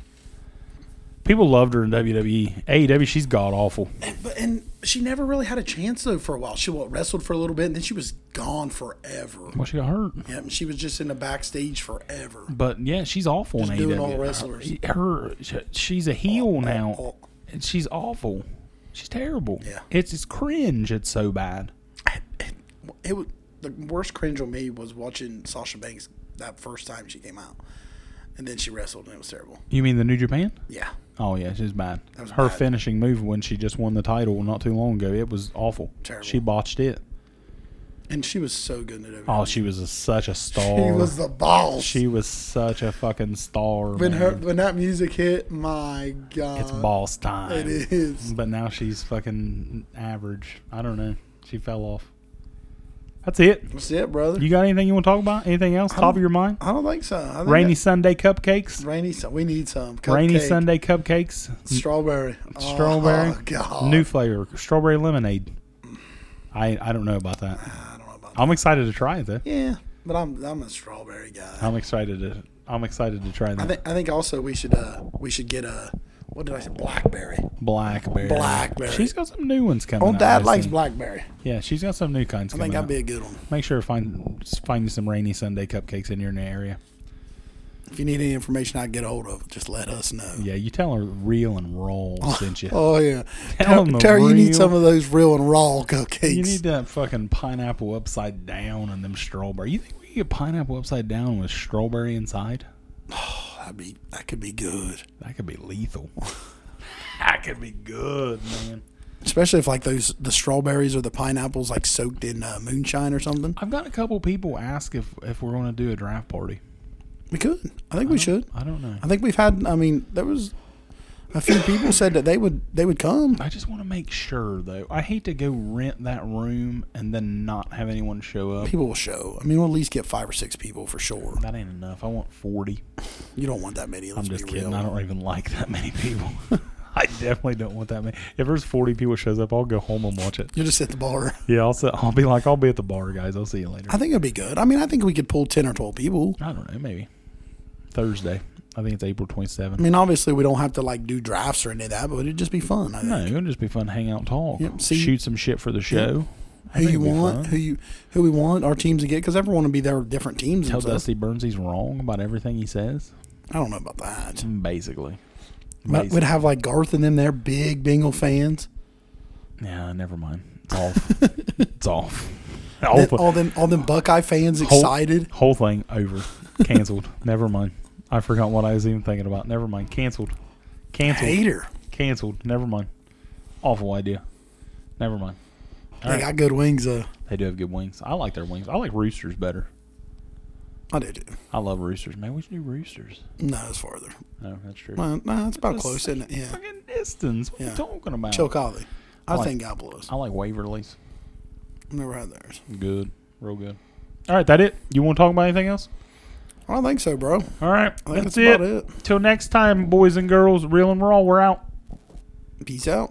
People loved her in E. WWE. AEW, she's god awful. But and she never really had a chance though for a while. She well, wrestled for a little bit and then she was gone forever. Well, she got hurt, Yeah, and she was just in the backstage forever. but yeah, she's awful Just in doing AEW. all wrestlers. E Her, she's a heel now. oh. And she's awful. She's terrible. Yeah. It's it's cringe. It's so bad. It was the worst cringe on me was watching Sasha Banks that first time she came out, and then she wrestled and it was terrible. You mean the New Japan? Yeah, Oh yeah, she's bad. That was Her bad. finishing move when she just won the title not too long ago, it was awful. Terrible. She botched it. And she was so good at it. Oh, she was a, such a star. E. She was the boss. She was such a fucking star. man. when her when that music hit, my god, it's boss time. It is. But now she's fucking average. I don't know. She fell off. That's it. That's it, brother. You got anything you want to talk about? Anything else? Top of your mind? I don't think so. I think Rainy that- Sunday cupcakes. rainy. So we need some Rainy Cupcake. Sunday cupcakes. strawberry, *laughs* Strawberry. Oh, god, New flavor, strawberry lemonade. I I don't know about that. I don't know about that. I'm excited to try it though. Yeah, but I'm I'm a strawberry guy. I'm excited to I'm excited to try I that think I think also we should uh we should get a what did I say blackberry. blackberry. Blackberry. She's got some new ones coming. Oh, out Dad real likes soon. blackberry. Yeah, she's got some new kinds I coming think out. that'd be a good one. Make sure to find find you some rainy Sunday cupcakes in your area. If you need any information, I can get a hold of. Just let us know. Yeah, you tell her real and roll sent you. Oh yeah, Tell 'em the Terry, you need real- some of those real and raw cupcakes. You need that fucking pineapple upside down and them strawberry. You think we could get pineapple upside down with strawberry inside? That'd be that could be good, That could be *laughs* lethal. that could be good, man. especially if like those the strawberries or the pineapples like soaked in uh, moonshine or something. I've got a couple people ask if if we're going to do a draft party. We could. I think we should. I don't know. I think we've had. I mean, there was a few people said that they would they would come. I just want to make sure though. I hate to go rent that room and then not have anyone show up. People will show. I mean, we'll at least get five or six people for sure. That ain't enough. I want forty. You don't want that many. Let's I'm just be kidding. Real. I don't even like that many people. *laughs* I definitely don't want that many. If there's 40 people shows up, I'll go home and watch it. You're just at the bar. Yeah, I'll sit, I'll be like, I'll be at the bar, guys. I'll see you later. I think it'd be good. I mean, I think we could pull ten or twelve people. I don't know, maybe Thursday. I think it's April 27th. I mean, obviously we don't have to like do drafts or any of that, but it'd just be fun. I think. no, it'll just be fun. Hang out, talk, Yep, see- shoot some shit for the show. I Who think you it'd be want? fun. Who you? Who we want our teams to get? Because everyone will be there with different teams. Tell And stuff. Dusty Burns he's wrong about everything he says. I don't know about that. Basically. But We'd have like Garth and them there, big Bengal fans. Yeah, never mind. It's *laughs* off. it's off. *laughs* All, Then all them, all them Buckeye fans whole- excited. Whole thing over. Canceled. Never mind. I forgot what I was even thinking about. Never mind. Canceled. Canceled. Hater. Canceled. Never mind. Awful idea. Never mind. All They right. got good wings. Uh, They do have good wings. I like their wings. I like roosters better. I do too. I love roosters. Man, we should do roosters. No, it's farther. No, that's true. Well, no, it's about It's close, isn't it? Yeah. Fucking distance. What are Yeah. you talking about? Chilcothe. I like- think God blows. I like Waverly's. I've never had theirs. Good. Real good. All right, that it? You want to talk about anything else? I don't think so, bro. I think All right. That's that's, about it. it. Till next time, boys and girls, real and raw, we're out. Peace out.